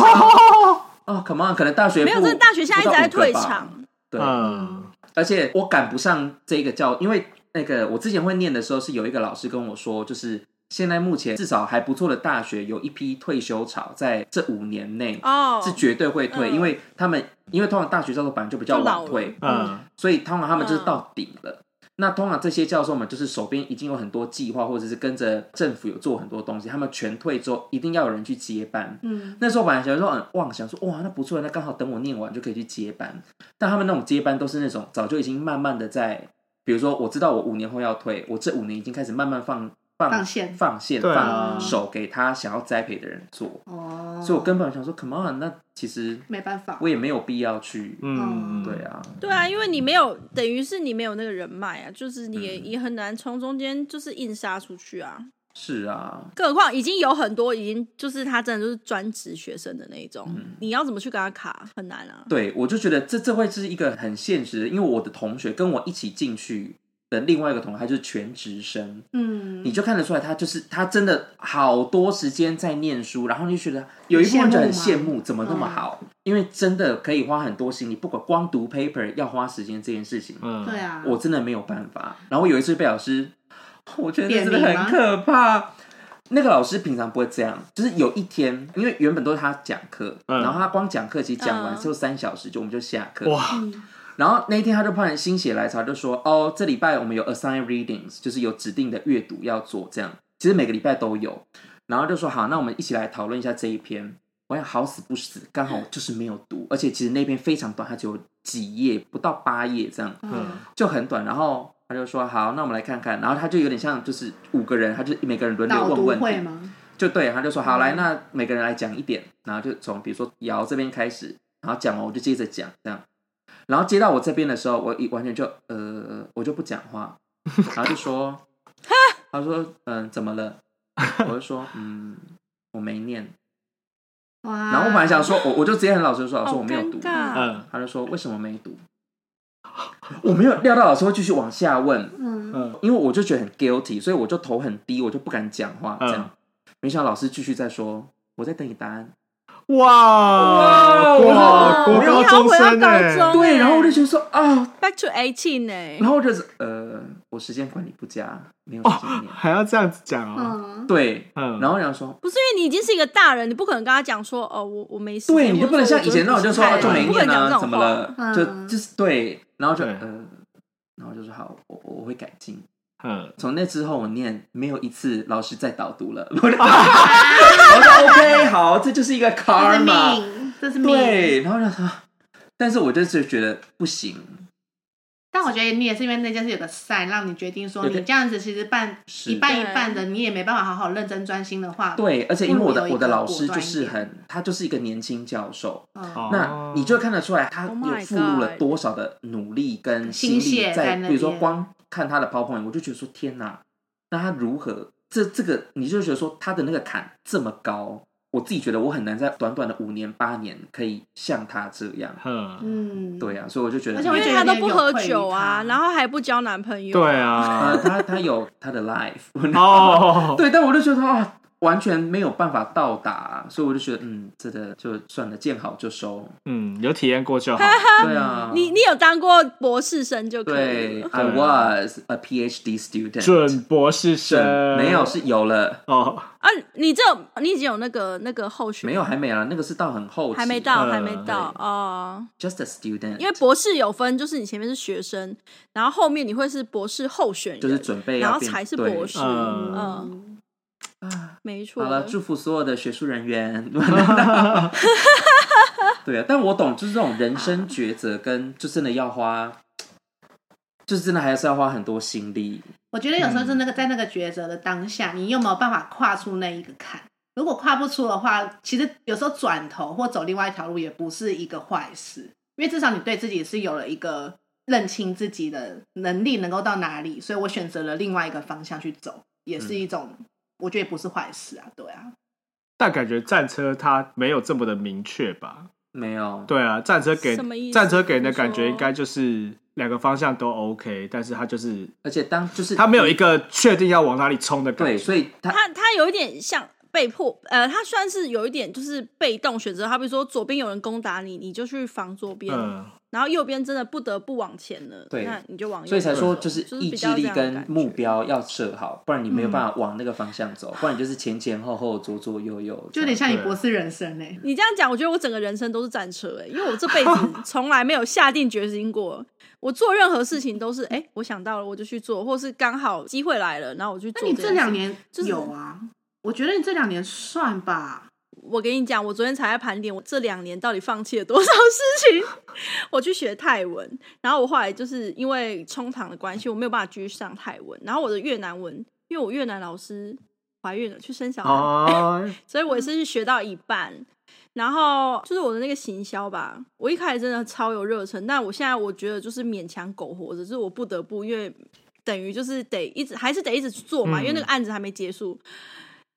S3: 哦，come on，可能大学
S5: 没有，
S3: 部
S5: 真的大学现在一直
S3: 不到
S5: 在
S3: 五个
S5: 退
S3: 吧
S5: 场。
S3: 对，
S2: 嗯，
S3: 而且我赶不上这个教，因为那个我之前会念的时候，是有一个老师跟我说，就是现在目前至少还不错的大学有一批退休潮，在这五年内
S5: 哦，
S3: 是绝对会退，
S5: 嗯
S3: 因为他们因为通常大学教授本来就比较
S5: 就老
S3: 晚
S5: 了
S3: 退，
S2: 嗯，
S3: 所以通常他们就是到顶了。那通常这些教授们就是手边已经有很多计划，或者是跟着政府有做很多东西，他们全退之后一定要有人去接班。
S4: 嗯，
S3: 那时候本来想说，嗯，妄想说，哇，那不错，那刚好等我念完就可以去接班。但他们那种接班都是那种早就已经慢慢的在比如说，我知道我五年后要退，我这五年已经开始慢慢放
S4: 放
S3: 放
S4: 线
S3: 放线、
S2: 对啊
S3: 放手给他想要栽培的人做。
S4: 哦，
S3: 所以我根本想说，Come on，那其实
S4: 没办法
S3: 我，也没有必要去。
S5: 哦
S2: 嗯，
S3: 对啊，
S5: 对啊，因为你没有，等于是你没有那个人脉啊，就是你也也很难从中间就是硬杀出去啊。
S3: 是啊，
S5: 更何况已经有很多已经就是他真的就是专职学生的那一种，
S3: 嗯
S5: 你要怎么去跟他卡很难啊。
S3: 对我就觉得这这会是一个很现实的，因为我的同学跟我一起进去的另外一个同学，他就是全职生，
S4: 嗯
S3: 你，就看得出来，他就是他真的好多时间在念书，然后你就觉得有一部分就很羡
S4: 羡慕
S3: 慕，怎么那么好？因为真的可以花很多心力，不管光读 paper 要花时间这件事情，
S2: 嗯，
S4: 对啊，
S3: 我真的没有办法。然后有一次被老师，我觉得
S4: 点
S3: 真
S4: 名
S3: 的很
S4: 吗
S3: 可怕。那个老师平常不会这样，就是有一天，因为原本都是他讲课，
S2: 嗯
S3: 然后他光讲课，其实讲完
S5: 嗯
S3: 之后三小时就我们就下课，
S2: 哇，
S4: 嗯
S3: 然后那一天他就突然心血来潮，就说：“哦，这礼拜我们有 assign readings，就是有指定的阅读要做，这样其实每个礼拜都有。”然后就说：“好，那我们一起来讨论一下这一篇。”我想好死不死，刚好我就是没有读，而且其实那篇非常短，它只有几页，不到八页这样，
S2: 嗯，
S3: 就很短。然后他就说：“好，那我们来看看。”然后他就有点像就是五个人，他就每个人轮流
S4: 导
S3: 问
S4: 读
S3: 问
S4: 会
S3: 题，
S4: 吗？
S3: 就对，他就说好来，
S5: 嗯
S3: 那每个人来讲一点，然后就从比如说瑶这边开始，然后讲完我就接着讲这样，然后接到我这边的时候，我一完全就呃我就不讲话，然后就 说，他说嗯、怎么了？我就说嗯我没念，
S4: 哇，
S3: 然后我本来想说我我就直接很老实地说，我说
S5: 啊好
S3: 我没有读
S5: 尴，尬，
S2: 嗯，
S3: 他就说为什么没读？我没有料到老师会继续往下问，
S4: 嗯，
S2: 嗯，
S3: 因为我就觉得很 guilty，所以我就头很低，我就不敢讲话。
S2: 嗯
S3: 这样，没想到老师继续在说，我在等你答案。
S2: 哇，
S3: 哇
S2: 哇，
S3: 哇
S2: 国
S5: 我
S2: 高
S5: 要
S2: 中
S5: 回到
S2: 生哎，
S5: 高中，
S3: 对，然后我就觉得说啊，
S5: back to eighteen 哎
S3: 然，后我就是呃，我时间管理不佳，没有时间念。
S2: 还要这样子讲哦，
S4: 嗯，
S3: 对，
S2: 嗯，
S3: 然后我想说，
S5: 不是因为你已经是一个大人，你不可能跟他讲说哦，我我没时间，
S3: 对，你就不能像以前那种就说啊
S5: 我
S3: 就没
S5: 不可
S3: 念
S5: 能讲这
S3: 啊，
S5: 种
S3: 怎么
S5: 话？
S3: 了？就
S4: 嗯
S3: 就是对，然后就
S2: 对
S3: 呃，然后就说好，我我我会改进。
S2: 嗯，
S3: 从那之后，我念没有一次老师再导读了。 我就我说 OK，好，这就是一个
S4: 这是
S3: karma。
S4: 命，这是命。
S3: 对，然后就说，但是我就是觉得不行，
S4: 但我觉得你也是因为那件事有个 sign，让你决定说
S3: 有个
S4: 你这样子其实半
S3: 是
S4: 一半一半的，你也没办法好好认真专心的话，
S3: 对，而且因为我的
S4: 不如有一个
S3: 我的老师就是
S4: 果断一
S3: 很，他就是一个年轻教授，
S4: 嗯
S2: 哦
S3: 那你就看得出来他
S5: Oh my
S3: 有付入了
S5: God
S3: 多少的努力跟
S4: 心
S3: 力
S4: 血在
S3: 在，
S4: 那
S3: 比如说
S4: 边
S3: 光看他的 PowerPoint，我就觉得说天哪，那他如何这这个，你就觉得说他的那个坎这么高，我自己觉得我很难在短短的五年八年可以像他这样，
S2: 嗯，
S4: 嗯，
S3: 对啊，所以我就觉得
S4: 而且我
S5: 因
S4: 会
S5: 为
S4: 觉
S5: 他
S4: 得
S5: 都不喝
S4: 有愧于
S5: 酒啊，
S4: 他
S5: 然后还不交男朋友，
S2: 对
S3: 啊，
S2: 啊，
S3: 他他有他的 life，
S2: 哦，
S3: 对，但我就觉得啊，完全没有办法到达，所以我就觉得，嗯，这个就算了，见好就收。
S2: 嗯，有体验过就好，
S3: 对啊，
S5: 你你有当过博士生就可以嗯
S3: 对
S5: 了。
S3: ，I was a PhD student，
S2: 准博士生
S3: 准没有是有了，
S2: 哦，
S5: 啊，你这你已经有那个那个后续
S3: 没有还没啊，那个是到很后期，
S5: 还没到，
S2: 嗯
S5: 还没到哦。
S3: ，just a student，
S5: 因为博士有分，就是你前面是学生，然后后面你会是博士候选人，
S3: 就是准备要
S5: 然后
S3: 变
S5: 才是
S3: 对
S5: 博士。
S2: 嗯
S5: 嗯，
S3: 啊
S5: 没错。
S3: 好了，祝福所有的学术 人员。对啊，但我懂，就是这种人生抉择跟就真的要花，就是真的还是要花很多心力。
S4: 我觉得有时候是那个在那个抉择的当下，你有没有办法跨出那一个坎？如果跨不出的话，其实有时候转头或走另外一条路也不是一个坏事，因为至少你对自己是有了一个认清自己的能力能够到哪里，所以我选择了另外一个方向去走，也是一种、我觉得也不是坏事啊，对啊，
S2: 但感觉战车它没有这么的明确吧？
S3: 没有，
S2: 对啊，战车给
S5: 什么意思
S2: 战车给人的感
S5: 你
S2: 觉
S5: 说
S2: 应该就是两个方向都 OK，但是它就是
S3: 而且当就是
S2: 它没有一个确定要往哪里冲的感
S3: 对，
S2: 觉。
S3: 所以他
S5: 他他有一点像被迫，呃，他算是有一点就是被动选择。他比如说左边有人攻打你，你就去防左边，
S2: 嗯，
S5: 然后右边真的不得不往前了，
S3: 对
S5: 那你就往右边走。
S3: 所以才说就是是
S5: 比
S3: 意志
S5: 较这
S3: 力
S5: 样的
S3: 跟
S5: 感觉
S3: 目。标要设好，不然你没
S2: 嗯
S3: 有办法往那个方向走，不然你就是前前后后左左右右，
S4: 就有点像你
S2: 对
S4: 博士人生欸嘞、
S5: 你这样讲，我觉得我整个人生都是战车哎、因为我这辈 子从来没有下定决心过，我做任何事情都是哎、我想到了我就去做，或是刚好机会来了，然后我去做
S4: 那你
S5: 件
S4: 这两
S5: 事
S4: 年
S5: 就是
S4: 有啊？我觉得你这两年算吧，
S5: 我跟你讲，我昨天才在盘点，我这两年到底放弃了多少事情。我去学泰文，然后我后来就是因为冲堂的关系，我没有办法继续上泰文。然后我的越南文，因为我越南老师怀孕了，去生小孩，
S2: 啊，
S5: 所以我也是学到一半。然后就是我的那个行销吧，我一开始真的超有热忱，但我现在我觉得就是勉强苟活着，就是我不得不，因为等于就是得一直还是得一直做嘛，
S2: 嗯
S5: 因为那个案子还没结束。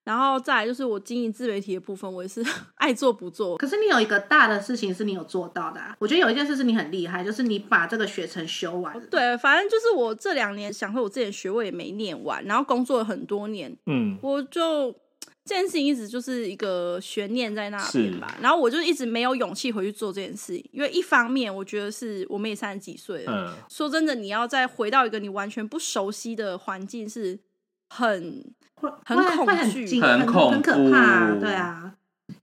S5: 然后再来就是我经营自媒体的部分，我也是 爱做不做。
S4: 可是你有一个大的事情是你有做到的、啊，我觉得有一件事是你很厉害，就是你把这个学程修完了。
S5: 对，反正就是我这两年想说，我自己的学位也没念完，然后工作了很多年，
S2: 嗯，
S5: 我就这件事情一直就是一个悬念在那边
S2: 是
S5: 吧，然后我就一直没有勇气回去做这件事，因为一方面我觉得是我们也三十几岁了，
S2: 嗯，
S5: 说真的，你要再回到一个你完全不熟悉的环境是很
S4: 会
S5: 很
S4: 会
S5: 恐
S4: 会很
S5: 惧
S4: 惊
S3: 很
S4: 很
S3: 恐
S4: 很可怕啊
S3: 怖，
S4: 对啊，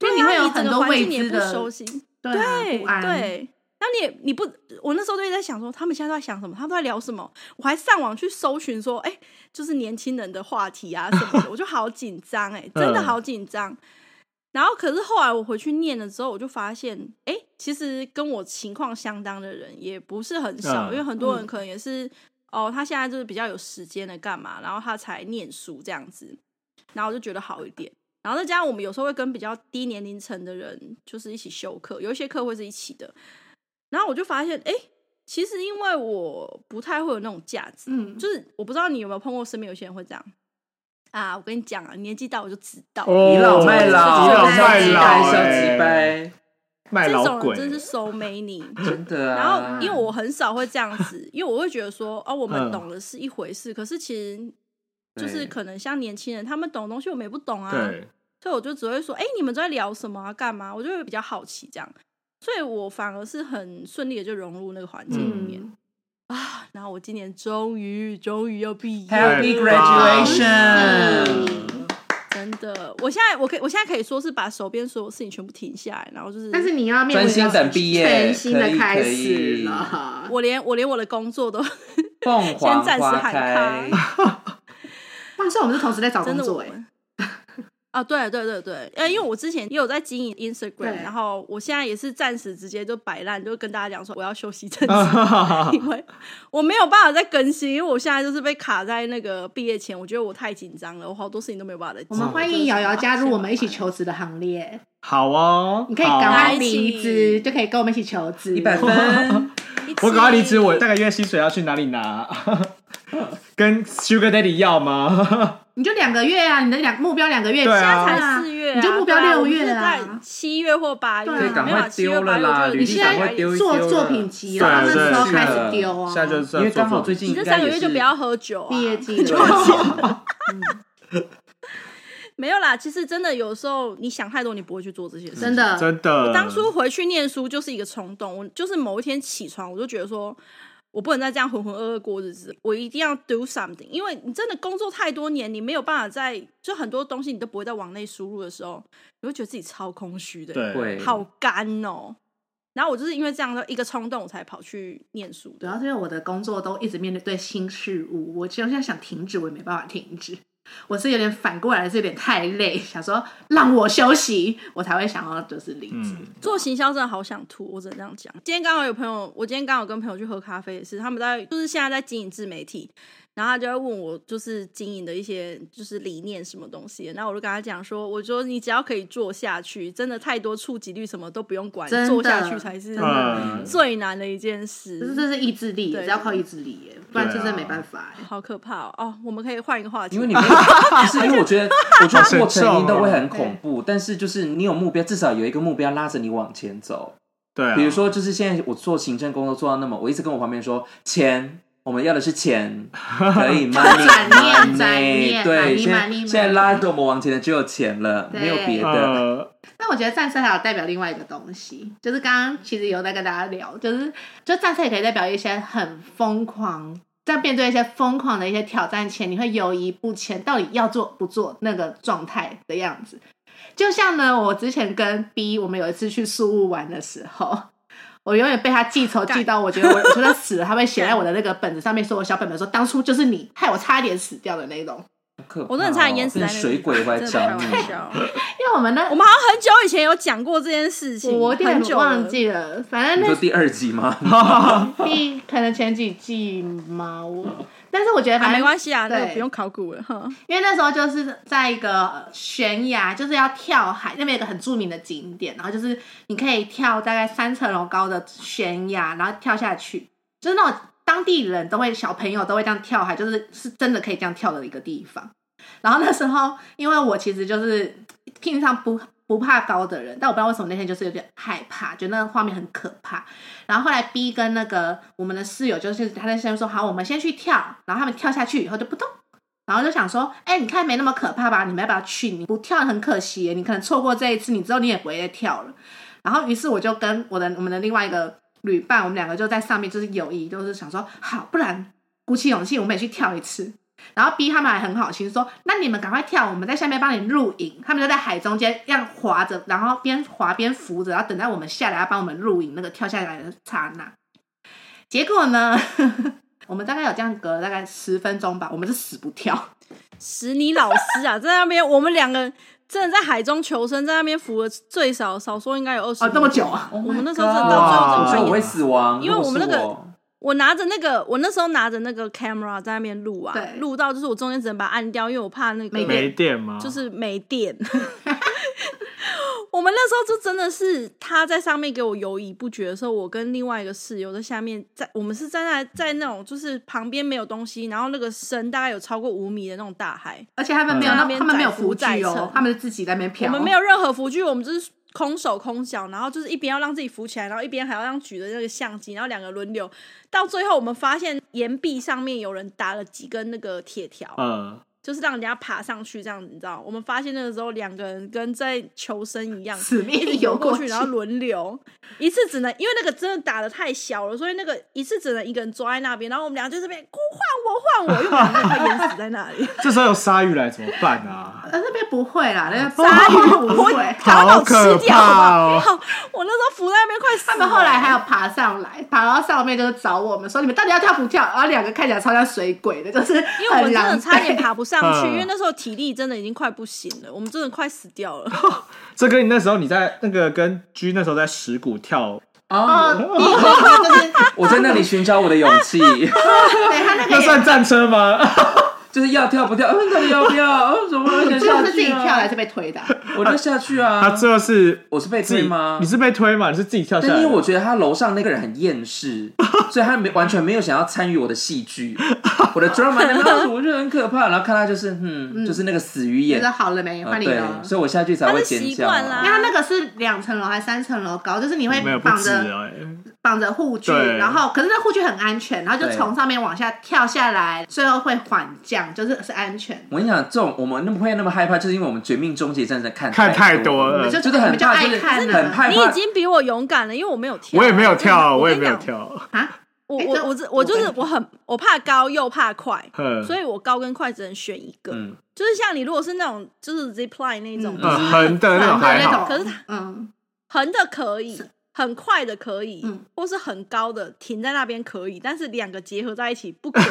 S4: 因为你
S5: 啊
S4: 会有
S5: 整
S4: 很
S5: 个
S4: 多
S5: 环
S4: 未
S5: 境你也
S4: 知
S5: 不
S4: 的
S5: 熟悉，
S4: 对啊
S5: 对
S4: 不安，
S5: 对。那你也你不，我那时候就一直在想说，他们现在都在想什么，他们都在聊什么，我还上网去搜寻说，哎、就是年轻人的话题啊什 么的，我就好紧张哎，
S4: 嗯
S5: 真的好紧张。然后可是后来我回去念了之后，我就发现，哎、其实跟我情况相当的人也不是很少，
S2: 嗯
S5: 因为很多人可能也是。哦，他现在就是比较有时间了，干嘛？然后他才念书这样子，然后我就觉得好一点。然后再加上我们有时候会跟比较低年龄层的人就是一起修课，有一些课会是一起的。然后我就发现，哎，其实因为我不太会有那种价值，
S4: 嗯，
S5: 就是我不知道你有没有碰过身边有些人会这样啊。我跟你讲啊，你年纪大我就知道，
S2: 哦
S3: 倚老卖老，
S2: 倚老卖
S3: 小鸡
S2: 老
S3: 掰，
S2: 欸
S3: 小鸡掰，
S2: 卖
S5: 这
S2: 老
S5: 种人
S2: 鬼，
S5: 真是收美你。
S3: 真的
S5: 然
S3: 啊。
S5: 后，因为我很少会这样子，因为我会觉得说，哦，我们
S2: 嗯
S5: 懂的是一回事，可是其实就是
S3: 对
S5: 可能像年轻人，他们懂的东西我们也不懂啊。
S2: 对，
S5: 所以我就只会说，哎、你们都在聊什么啊？干嘛？我就会比较好奇这样，所以我反而是很顺利的就融入那个环境里面、
S4: 嗯，
S5: 啊。然后我今年终于终于要毕业了，
S3: Happy
S2: 对
S4: 嗯
S2: 吧
S3: graduation！
S5: 真的，我现在我可以我现在可以说是把手边所有事情全部停下来，然后就是，
S4: 但是你要面
S3: 专
S4: 临
S3: 心
S4: 到
S3: 等毕业
S4: 全新
S3: 可
S4: 的
S3: 以
S4: 开
S3: 可以
S4: 始了。
S5: 我连我连我的工作都
S3: 凤凰
S5: 先暂时
S3: 花
S5: 喊
S3: 开，
S4: 哇，所以我们是同时在找
S5: 真
S4: 工
S5: 的
S4: 作
S5: 我
S4: 哎、欸，
S5: 啊，对对对对，呃，因为我之前也有在经营 Instagram，
S4: 对
S5: 然后我现在也是暂时直接就摆烂，就跟大家讲说我要休息一 阵子，
S2: 啊
S5: 因为我没有办法再更新，因为我现在就是被卡在那个毕业前，我觉得我太紧张了，我好多事情都没有办法再做。
S4: 我们欢迎瑶瑶加入我们一起求职的行列，
S2: 好哦，
S4: 你可以
S2: 好
S4: 赶快
S5: 好
S4: 离职，就可以跟我们一起求职。
S3: 一 百分，
S2: 我赶快离职，
S5: 我
S2: 我下个月薪水要去哪里拿？ 跟 Sugar Daddy 要吗？
S4: 你就两个月啊，你的两目标两个月，
S2: 对啊
S5: 才
S4: 现在
S5: 四月、啊，
S4: 你就目标
S5: 对啊
S4: 六月
S5: 我们是在
S4: 啊
S5: 七月或八月，
S4: 对
S5: 没
S4: 啊可
S5: 有
S4: 以
S3: 赶快
S5: 七月
S3: 丢了啦
S5: 八月我就
S3: 履
S4: 你
S3: 历
S4: 现
S3: 赶快
S4: 在
S3: 丢一丢了
S4: 做作品集了，那
S2: 对
S4: 时候
S2: 对
S4: 开始
S3: 是
S4: 丢 啊，
S2: 现在就是
S3: 因为刚好最近
S5: 你
S3: 应
S5: 这
S3: 该
S5: 三
S3: 也
S5: 个
S3: 是
S5: 月就不 要喝酒啊，
S4: 毕业季 了，
S5: 没有啦。其实真的有时候你想太多，你不会去做这些事。
S4: 真的
S2: 真的，
S5: 当初回去念书就是一个冲动，我就是某一天起床，我就觉得说，我不能再这样浑浑噩噩过日子，我一定要 do something，因为你真的工作太多年，你没有办法在就很多东西你都不会再往内输入的时候，你会觉得自己超空虚的，，
S2: 对
S3: 会
S5: 好干哦。然后我就是因为这样的一个冲动，我才跑去念书
S4: 主
S5: 的。
S4: 要是因为我的工作都一直面对新事物，我就算想停止，我也没办法停止。我是有点反过来，是有点太累，想说让我休息，我才会想要就是离职。
S2: 嗯
S5: 做行销真的好想吐，我只能这样讲。今天刚好有朋友，我今天刚好跟朋友去喝咖啡，也是他们在就是现在在经营自媒体，然后他就会问我就是经营的一些就是理念什么东西，然后我就跟他讲说，我说你只要可以做下去，真的太多触及率什么都不用管
S4: 真，的
S5: 做下去才是
S2: 嗯
S5: 最难的一件
S4: 就是
S5: 事。
S4: 这是意志力，
S5: 对
S4: 只要靠意志力耶，不然真的没办法耶。
S5: 好可怕哦！哦我们可以换一个话题，
S3: 因为你没有，不是因为我觉得，我觉得过程一定都会很
S4: 好沉
S3: 恐
S5: 哦
S3: 怖，但是就是你有目标，至少有一个目标拉着你往前走。
S2: 对啊，
S3: 比如说，就是现在我做行政工作做到那么，我一直跟我旁边说钱。我们要的是钱，可 以吗？
S4: 转念转
S3: money，
S4: 念
S3: 对，
S4: money，
S3: 现在
S4: money，
S3: 现
S4: money
S3: 在拉着我们往前的只有钱了，
S4: 对
S3: 没有别的。
S2: 呃，
S4: 但我觉得战赛还有代表另外一个东西，就是刚刚其实有在跟大家聊，就是就战赛也可以代表一些很疯狂，在面对一些疯狂的一些挑战前，你会犹疑不前，到底要做不做那个状态的样子。就像呢，我之前跟 B 我们有一次去宿务玩的时候，我永远被他记仇记到，我觉得我我觉得死了，他会写在我的那个本子上面，说我小本本说当初就是你害我差点死掉的那种。
S3: 可怕哦
S5: 我真的差点淹死在
S3: 跟
S5: 那里
S3: 水鬼来
S5: 真的
S3: 找
S5: 开
S3: 你。
S5: 玩笑。
S4: 因为我们那
S5: 我们好像很久以前有讲过这件事情，
S4: 我
S5: 很
S4: 有点
S5: 久了
S4: 忘。记了，反正
S3: 你
S4: 那
S3: 说第二集 吗？
S4: 第可能前几季嘛，我但是我觉得
S5: 啊，
S4: 反
S5: 没
S4: 正、
S5: 关系啊，那个
S4: 对
S5: 不用考古了哈。
S4: 因为那时候就是在一个呃悬崖，就是要跳海，那边有一个很著名的景点，然后就是你可以跳大概三层楼高的悬崖，然后跳下去，就是那种当地人都会小朋友都会这样跳海，就是是真的可以这样跳的一个地方。然后那时候，因为我其实就是平常不不怕高的人，但我不知道为什么那天就是有点害怕，觉得那个画面很可怕。然后后来 B 跟那个我们的室友，就是他在下面说：“好，我们先去跳。”然后他们跳下去以后就扑通，然后就想说：“哎、你看没那么可怕吧？你们要不要去？你不跳很可惜耶，你可能错过这一次，你之后你也不会再跳了。”然后于是我就跟我的我们的另外一个旅伴，我们两个就在上面就是友谊，就是想说：“好，不然鼓起勇气，我们也去跳一次。”然后 B 他们还很好心说：“那你们赶快跳，我们在下面帮你录影。”他们就在海中间这样划着，然后边划边扶着，然后等待我们下来要帮我们录影那个跳下来的刹那。结果呢， 我们大概有这样隔了大概十分钟吧，我们是死不跳。
S5: 史尼老师啊，在 那边我们两个真的在海中求生，在那边浮了最少少说应该有二十
S4: 哦，这么久啊！
S5: 我们那时候真的到最后
S3: 我说
S5: 真
S3: 我
S5: 的快
S3: 会
S5: 淹
S3: 死亡，
S5: 因为我们那个
S3: 如果是我
S5: 我拿着那个，我那时候拿着那个 camera 在那边录啊
S4: 对，
S5: 录到就是我中间只能把它按掉，因为我怕那个
S4: 没
S2: 没电吗？
S5: 就是没电。 我们那时候就真的是他在上面给我犹疑不决的时候，我跟另外一个室友在下面，在我们是站在在那种就是旁边没有东西，然后那个深大概有超过五米的那种大海，
S4: 而且他们没有那、
S5: 嗯
S4: 他们没有浮
S5: 在那
S4: 具
S5: 边载
S4: 哦
S5: 沉，
S4: 他们是自己在那边漂。
S5: 我们没有任何浮具，我们就是空手空脚，然后就是一边要让自己浮起来，然后一边还要让举着那个相机，然后两个轮流。到最后，我们发现岩壁上面有人打了几根那个铁条，
S2: 呃，
S5: 就是让人家爬上去这样子，你知道？我们发现那个时候两个人跟在求生一样，
S4: 死 命
S5: 一直
S4: 游
S5: 游过
S4: 过
S5: 去，
S4: 去
S5: 然后轮流，一次只能因为那个真的打的太小了，所以那个一次只能一个人抓在那边，然后我们俩就这边哭换我换我，又把那快淹死在那里。
S2: 这时候有鲨鱼来怎么办啊？
S4: 呃，那边不会
S5: 哦
S4: 啦，那边
S5: 鲨鱼
S4: 不
S5: 我
S4: 会。
S5: 赶快把我
S2: 好可
S5: 吃掉
S2: 怕
S5: 吧！
S2: 哦
S5: 好我那时候浮在那边快死了。
S4: 他们后来还有爬上来，爬到上面就是找我们说你们到底要跳不跳？然后两个看起来超像水鬼的， 就是
S5: 因为我们真
S4: 很狼
S5: 的
S4: 狈
S5: 差点爬不上去，
S2: 嗯
S5: 因为那时候体力真的已经快不行了，我们真的快死掉了。
S2: 这跟你那时候你在那个跟 G 那时候在石鼓跳，
S3: 啊，
S4: 哦，第一个就是
S3: 我在那里寻找我的勇气，
S4: 对他那个
S2: 那
S4: 也
S2: 算战车吗？
S3: 就是要跳不跳，嗯到底要不要，嗯怎么 了想
S4: 这
S3: 下
S4: 个是自己
S3: 去
S4: 跳还
S3: 啊？
S4: 是被推的啊？
S3: 我就下去啊
S2: 他，最后是
S3: 我是被
S2: 自
S3: 推
S2: 己
S3: 吗
S2: 你？是被推吗？你是自己跳下
S3: 但
S2: 来的？
S3: 因为我觉得他楼上那个人很厌世， 所以他没完全没有想要参与我的戏剧， 我的 drama 那边当时我觉得很可怕，然后看他就是嗯，就是那个死鱼
S4: 觉
S3: 眼
S4: 得，好了没？
S3: 啊
S4: 换你了
S3: 对，。所以我下去才会尖叫啊。
S5: 他是习惯啦
S4: 因为它那个是两层楼还是三层楼高，就是你会
S2: 没有不
S4: 绑
S2: 止
S4: 着
S2: 哎、
S4: 绑着护具，
S2: 对
S4: 然后可是那护具很安全，然后就
S3: 对
S4: 从上面往下跳下来，最后会缓降，就是是安全。
S3: 我跟你讲，这种我们那么会那么害怕，就是因为我们《绝命终结战》在看
S2: 看
S3: 太
S2: 太多了
S4: 我们就
S3: 就是很
S4: 比较
S3: 怕，
S4: 爱
S3: 就是
S4: 看啊
S3: 很害
S5: 你
S3: 怕
S5: 已。经比我勇敢了，因为我没有跳，
S2: 我也没有跳，
S5: 我
S2: 我
S5: 跟
S2: 也
S5: 你
S2: 没有
S5: 讲。
S2: 跳，
S4: 啊，
S5: 我
S4: 诶
S5: 我
S4: 这
S5: 我这我就是
S4: 我跟
S5: 我很我怕高又怕快，
S2: 嗯，
S5: 所以我高跟快只能选一个。
S3: 嗯，
S5: 就是像你如果是那种就是 zip line 那种，
S4: 嗯
S5: 就是
S2: 嗯横的那种还
S4: 那
S2: 好
S4: 种，
S5: 可是它
S4: 嗯，
S5: 横的可以，很快的可以，
S4: 嗯
S5: 或是很高的停在那边可以，但是两个结合在一起不可以。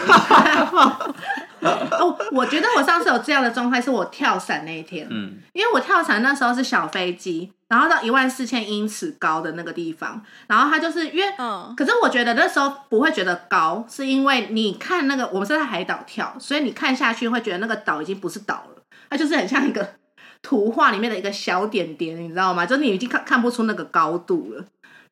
S4: 哦，我觉得我上次有这样的状态，是我跳伞那一天，
S3: 嗯，
S4: 因为我跳伞那时候是小飞机，然后到一万四千英尺高的那个地方，然后它就是因为
S5: 嗯，
S4: 可是我觉得那时候不会觉得高，是因为你看那个我们是在海岛跳，所以你看下去会觉得那个岛已经不是岛了，它就是很像一个图画里面的一个小点点，你知道吗？就是 你已经看看不出那个高度了。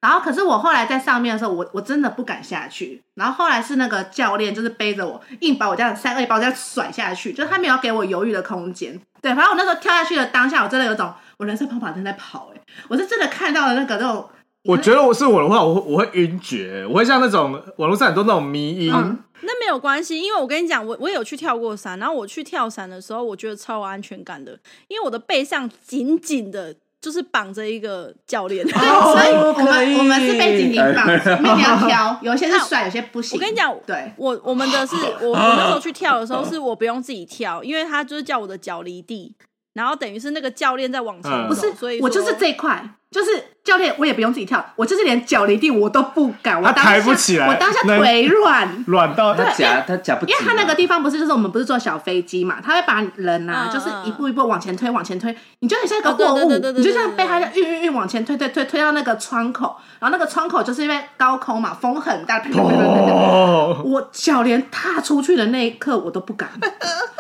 S4: 然后，可是我后来在上面的时候，我我真的不敢下去。然后后来是那个教练，就是背着我，硬把我这样三二一把我这样甩下去，就是他没有给我犹豫的空间。对，反正我那时候跳下去的当下，我真的有种我人生跑马灯在跑、欸，我是真的看到了那个那种
S2: 我觉得我是我的话，我会我会晕厥，我会像那种网络上很多那种迷音，
S4: 嗯
S5: 那没有关系，因为我跟你讲，我我也有去跳过伞，然后我去跳伞的时候，我觉得超有安全感的，因为我的背上紧紧的，就是绑着一个教练。
S2: 哦
S4: 所以我
S3: 可以
S4: 们我们是被紧紧绑，那你要挑，有些是甩，有些不行。
S5: 我跟你讲
S4: 对，
S5: 我我们的是我我那时候去跳的时候，是我不用自己跳，因为他就是叫我的脚离地，然后等于是那个教练在往前走，
S2: 嗯
S4: 不是
S5: 哦所以，
S4: 我就是
S5: 说
S4: 这一块，就是教练，我也不用自己跳，我就是连脚离地我都不敢，我
S2: 他
S4: 当
S2: 抬
S4: 下
S2: 不起来
S4: 我当下
S2: 那
S4: 腿 软。
S2: 软到
S3: 他
S4: 因
S3: 夹
S4: 为
S3: 他夹不紧啊，
S4: 因为他那个地方不是，就是我们不是坐小飞机嘛，他会把人啊，
S5: 嗯
S4: 就是一步一步往前推，往前推，你就很像一个
S5: 哦对
S4: 货物，
S5: 对对对对
S4: 你就这样被他
S5: 对
S4: 运运运往前推，推推推到那个窗口，然后那个窗口就是因为高空嘛，风很大，砰砰砰砰砰砰
S2: 哦，
S4: 我脚连踏出去的那一刻我 都不敢。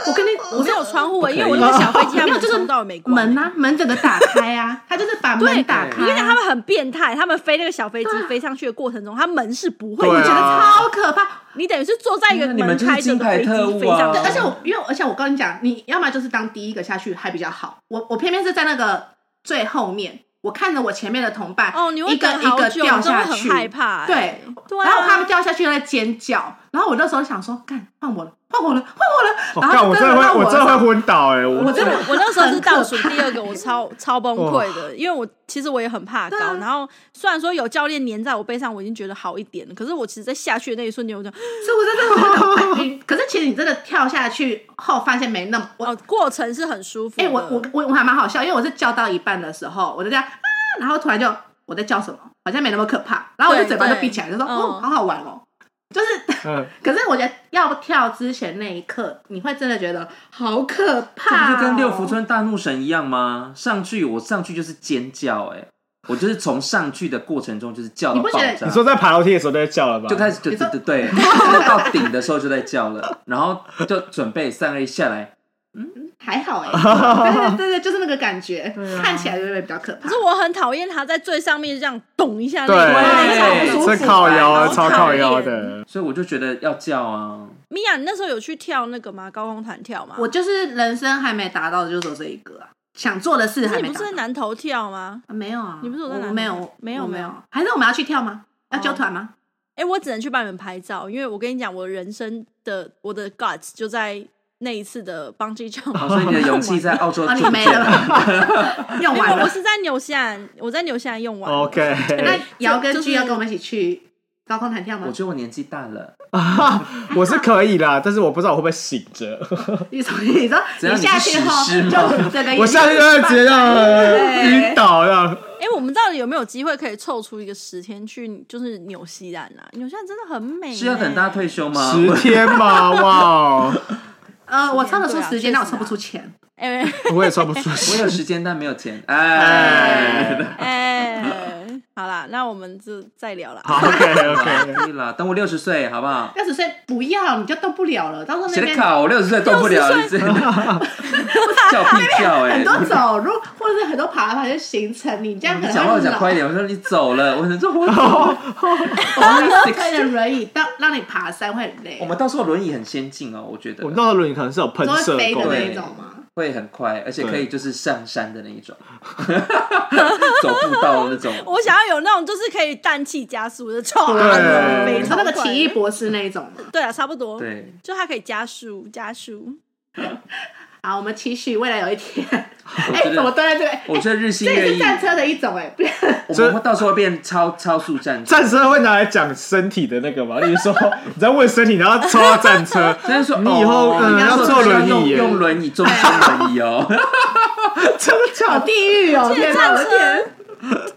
S4: 我跟你，我
S5: 我
S4: 是
S5: 没有窗户、欸
S3: 不可以
S5: 因为我那个小飞机他
S4: 没有
S5: 们
S4: 就是
S5: 冲到美国
S4: 门。啊，门整个打开 啊，他就是把门打
S2: 啊
S4: 开。啊
S5: 我跟你讲，他们很变态，他们飞那个小飞机飞上去的过程中，他门是不会
S2: 对
S4: 我
S5: 关
S4: 觉
S5: 的
S4: 得
S2: 啊
S4: 超可怕。
S5: 你等于是坐在一个
S3: 那你们
S5: 门
S3: 就是
S5: 开着
S3: 金
S5: 的
S3: 牌
S5: 飞
S3: 特务
S5: 机飞
S3: 啊
S5: 上
S4: 对，
S2: 嗯
S5: 去，
S4: 而且我因为而且我跟你讲，你要么就是当第一个下去还比较好，我我偏偏是在那个最后面，我看着我前面的同伴
S5: 哦，你会
S4: 一个
S5: 等
S4: 一
S5: 好
S4: 个
S5: 久，
S4: 掉
S5: 真
S4: 下
S5: 的
S4: 去，
S5: 很害怕、欸。
S4: 对，
S5: 对啊
S4: 然后他们掉下去在尖叫，然后我那时候想说，干换我了，换我了，换我了，然
S2: 哦干
S4: 后
S2: 我
S4: 就
S2: 真的
S4: 轮到
S2: 会，我真的
S4: 了
S2: 会昏倒哎，
S4: 我
S2: 我
S4: 真的
S5: 我那时候是
S4: 很可
S5: 倒数
S4: 怕
S5: 第二个，我超超崩溃的，因为我其实我也很怕高，
S4: 对啊
S5: 然后虽然说有教练粘在我背上，我已经觉得好一点了，可是我其实，在下去的那一瞬间，我就
S4: 所以我真的觉得很晕。可是其实你真的跳下去后，发现没那么我
S5: 哦，过程是很舒服
S4: 哎、
S5: 的。
S4: 我我我我还蛮好笑，因为我是叫到一半的时候，我就这样啊，然后突然就我在叫什么，好像没那么可怕，然后我就
S5: 对
S4: 嘴巴就
S5: 对
S4: 闭起来，就说
S5: 嗯
S4: 哦，好好玩哦。就是，
S2: 嗯，
S4: 可是我觉得要跳之前那一刻，你会真的觉得好可
S3: 这
S4: 怕、
S3: 不
S4: 哦，
S3: 就跟六福村大怒神一样吗？上去我上去就是尖叫、哎，我就是从上去的过程中就是叫到
S4: 你不
S3: 爆
S4: 觉得
S3: 炸
S2: 你。说在爬楼梯的时候在叫了吧？
S3: 啊就开始就
S4: 你
S3: 对
S4: 说
S3: 对对，就是到顶的时候就在叫了， 然后就准备三二一下来，
S4: 还 好哎、欸，对对对对，就是那个感觉，
S3: 啊
S4: 看起来就会比较可
S5: 可
S4: 怕。
S5: 是我很讨厌他在最上面这样咚一下那
S2: 对
S5: 个，
S4: 对
S5: 那个
S4: 超不舒服
S2: 这靠腰啊，
S5: 然后
S2: 超靠腰
S5: 讨
S2: 的。
S3: 所以我就觉得要叫啊，
S5: 米娅，你那时候有去跳那个吗？高空弹跳吗？
S4: 我就是人生还没达到的，就是我这一个啊，想做的事
S5: 可
S4: 还
S5: 是
S4: 没
S5: 你
S4: 达
S5: 不
S4: 到。
S5: 是在南头跳吗？
S4: 啊没有啊，
S5: 你不是有在哪
S4: 我
S5: 里
S4: 没有
S5: 吗
S4: 我
S5: 没有
S4: 我没
S5: 没有
S4: 有，还是我们要去跳吗？要揪团吗？
S5: 哎、我只能去帮你们拍照，因为我跟你讲，我人生的我的 guts 就在那一次的 bungee jump。
S3: 哦好，所以你的勇气在澳 洲
S4: 啊，你
S3: 铸
S4: 没
S3: 成
S4: 了，吧？用
S5: 没
S4: 完
S5: 有，
S4: 了
S5: 我。是在纽西兰，我在纽西兰用完了。
S2: OK，
S3: 哎
S4: 那瑶跟
S5: 就是
S4: 居要跟我们一起去高空弹跳吗
S3: 我？觉得我年纪大了，
S2: 我是可以啦，但是我不知道我会不会醒着。
S4: 你说你说
S3: 只要你
S4: 下去
S3: 是
S4: 后
S3: 史诗嘛
S4: 就整个
S2: 我下去就会直接这样晕倒了。
S5: 哎、我们到底有没有机会可以凑出一个十天去，就是纽西兰啊？纽西兰真的很美、
S3: 是要等大家退
S5: 休。
S3: 休吗？
S2: 十
S3: 我
S2: 天 嘛，哇哦，
S4: 呃，我唱得出时
S5: 对啊
S4: 间，但我唱不出钱。
S5: 哎
S2: 我也抽不出
S3: 我
S2: 去。
S3: 有时间但没有钱，哎，
S5: 哎、 好啦，那我们就再聊了。
S2: 好，OK
S3: 好啦
S2: OK，
S3: 可以了，等我六十岁好不好？
S4: 六十岁不要，你就动不了了。到时候那
S3: 谁的
S4: 边
S3: 考我六十岁动不了，你真的叫屁叫哎、
S4: 很
S3: 欸！
S4: 多走路或者是很多爬来爬去行程，你这样
S3: 嗯
S4: 可
S3: 你
S4: 能
S3: 讲话
S4: 会
S3: 讲
S4: 老。
S3: 快一点，我说你走了，我想说 我走了
S4: 你推着轮椅到让你爬山会很累
S3: 我，们到时候轮椅很先进哦，我觉得
S2: 我们到时候轮椅可能是有喷
S4: 都会
S2: 射
S4: 飞的
S2: 功
S4: 那
S2: 能
S3: 哎
S4: 一，种吗？
S3: 会很快，而且
S2: 对
S3: 可以就是上山的那一种， 走步道的那种。
S5: 我想要有那种就是可以氮气加速的，超
S4: 哦啊
S2: 对
S4: 你说那个奇异博士那一种吗？
S5: 对啊，差不多。，
S3: 对，
S5: 就它可以加速加速。
S4: 好，我们期许未来有 一天，
S3: 觉
S4: 哎，
S3: 得
S4: 怎么都在这边？
S3: 我觉得日新
S4: 这
S3: 月
S4: 也是
S3: 异，
S4: 战车的一种哎、不要
S3: 我们会到时候会变超超速战车。
S2: 战车会拿来讲身体的那个嘛？例如说你在问身体，然后抽到 战车，
S3: 真的说，
S2: 你以后
S3: 哦
S2: 可能
S3: 你
S2: 要
S3: 说
S2: 坐轮椅
S3: 用
S2: 耶
S3: 用轮椅中
S4: 啊
S3: 间轮椅哦。
S2: 真的假
S4: 好
S2: 的？
S4: 地狱哦、天哪，
S5: 战
S4: 我的
S5: 车
S4: 天！，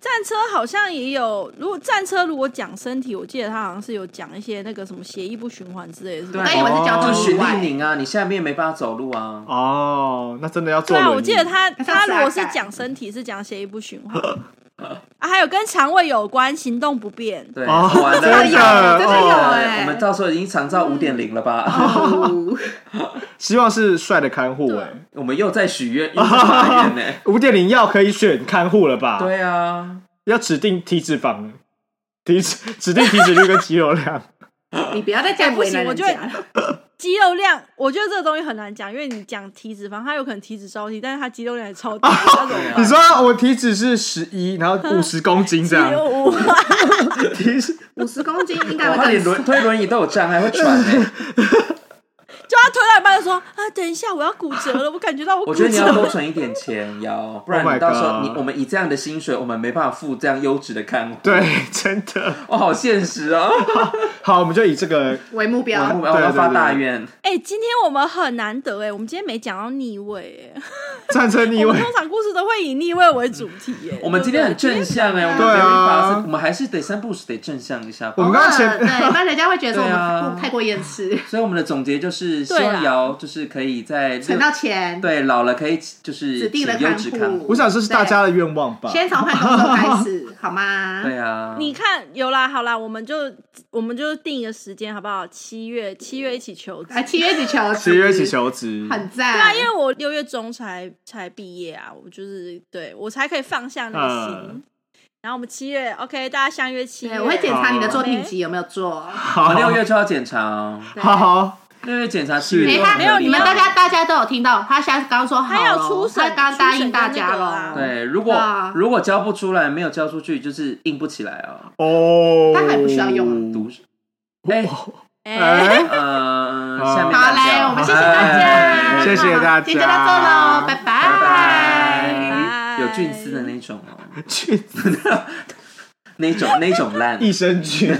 S5: 战车好像也有。如果战车如果讲身体，我记得它好像是有讲一些那个什么血液不循环之类的。是吧
S4: 我以为是交
S3: 就
S4: 通
S3: 徐
S4: 意
S3: 丽
S4: 外，
S3: 宁啊，你下面没办法走路啊。
S2: 哦，那真的要坐
S5: 对啊，
S2: 轮椅。
S5: 我记得他
S4: 他上
S5: 他
S4: 次
S5: 如
S4: 还
S5: 果是
S4: 改
S5: 讲身体是讲血液不循环啊，还有跟肠胃有关，行动不便。
S3: 对，
S2: 哦
S3: 完了，
S2: 真的
S4: 真的有，真的有
S2: 哦
S4: 哎、
S3: 我们到时候已经长照五点零了吧？
S4: 哦
S2: 希望是帅的看护哎，
S3: 我们又在许愿，又在发愿 呢。
S2: 五点零要可以选看护了吧？，
S3: 对啊，
S2: 要指定体脂肪，体脂指定体脂率跟肌肉 量。
S4: 哦你不要再这样为难
S5: 不
S4: 人
S5: 行
S4: 家。
S5: 肌肉量，我觉得这个东西很难讲，因为你讲体脂肪，它有可能体脂超低，但是它肌肉量也超 低，
S3: 哦
S5: 那怎么
S3: 啊
S2: 你
S5: 办？
S2: 说我体脂是十一，然后五十公斤这
S5: 肌
S2: 样，
S5: 肉 无法
S2: 体脂
S4: 五十公斤应该
S3: 我
S4: 会
S3: 怕你
S4: 更
S3: 轮推轮椅都有障碍，会喘欸呢。
S5: 就他推到一半就说啊，等一下我要骨折了，我感觉到我
S3: 我
S5: 骨折
S3: 觉得你要多
S5: 了。
S3: 存一点钱，要不
S2: Oh
S3: 然
S2: my
S3: 你到时候
S2: God
S3: 你我们以这样的薪水，我们没办法付这样优质的看护。
S2: 对，真的
S3: 哦，好现实哦。
S2: 好，我们就以这个
S4: 为目标
S3: 我。们我
S2: 对
S3: 们要
S2: 对
S3: 发
S2: 对
S3: 大
S2: 对
S3: 愿，
S5: 哎、今天我们很难得哎、我们今天没讲到逆位哎、
S2: 战 争逆
S5: 我
S2: 位
S5: 们，通常故事都会以逆位为主题哎、
S3: 我们今天很正向哎、我们
S2: 对啊
S3: 没有一把是我们还是得三步是得正向一下吧。
S2: 我们刚刚前
S4: 哦对，不然人家会觉得说我
S3: 对啊
S4: 们不太过厌世，
S3: 所以我们的总结就是，希
S5: 对啦
S3: 望瑶就是可以在
S4: 存到钱，
S3: 对老了可以就是
S4: 指定的
S3: 请优质看
S4: 看
S3: 护
S4: 护
S2: 我想这是大家的愿望吧。
S4: 先从换工作开始，好吗？
S3: 对啊，
S5: 你看，有啦，好啦，我们就我们就定一个时间好不好？七月，七月一起求职。
S4: 啊，七月一起求职，
S2: 十一月一起求职，
S4: 很赞。
S5: 对啊，因为我六月中才才毕业啊，我就是对我才可以放下那个心。
S2: 嗯
S5: 然后我们七月，OK，大家相约七月，
S4: 对我会检查你的作品集有没有做。
S3: 我
S2: 好，
S3: 六月就要检查哦，
S4: 对
S2: 好好，
S3: 六月检查七月
S4: 没
S3: 就
S4: 他
S3: 很合理
S4: 你们
S3: 啊
S4: 大家大家都有听到，他现在刚说好
S5: 还有
S4: 咯
S5: 初审
S4: 他刚答
S5: 初
S4: 应
S5: 审
S4: 大
S5: 跟那
S4: 家
S5: 个
S4: 了
S5: 啊，
S3: 对，如果、
S4: 对啊
S3: 如果交不出来，没有交出去，就是硬不起来哦。
S2: 哦，
S4: 他还不需要用啊
S3: 读哎、
S5: 哎，
S2: 哎，
S3: 呃，
S2: 好
S3: 下面
S4: 好
S3: 大家
S4: 嘞，我们谢谢大
S3: 哎
S4: 家，
S2: 谢谢大家
S4: 今天到这喽，拜
S3: 拜
S4: 拜。
S3: 拜，
S5: 拜
S3: 有菌丝的那种哦，
S2: 去
S3: 那种那种烂，
S2: 益生菌。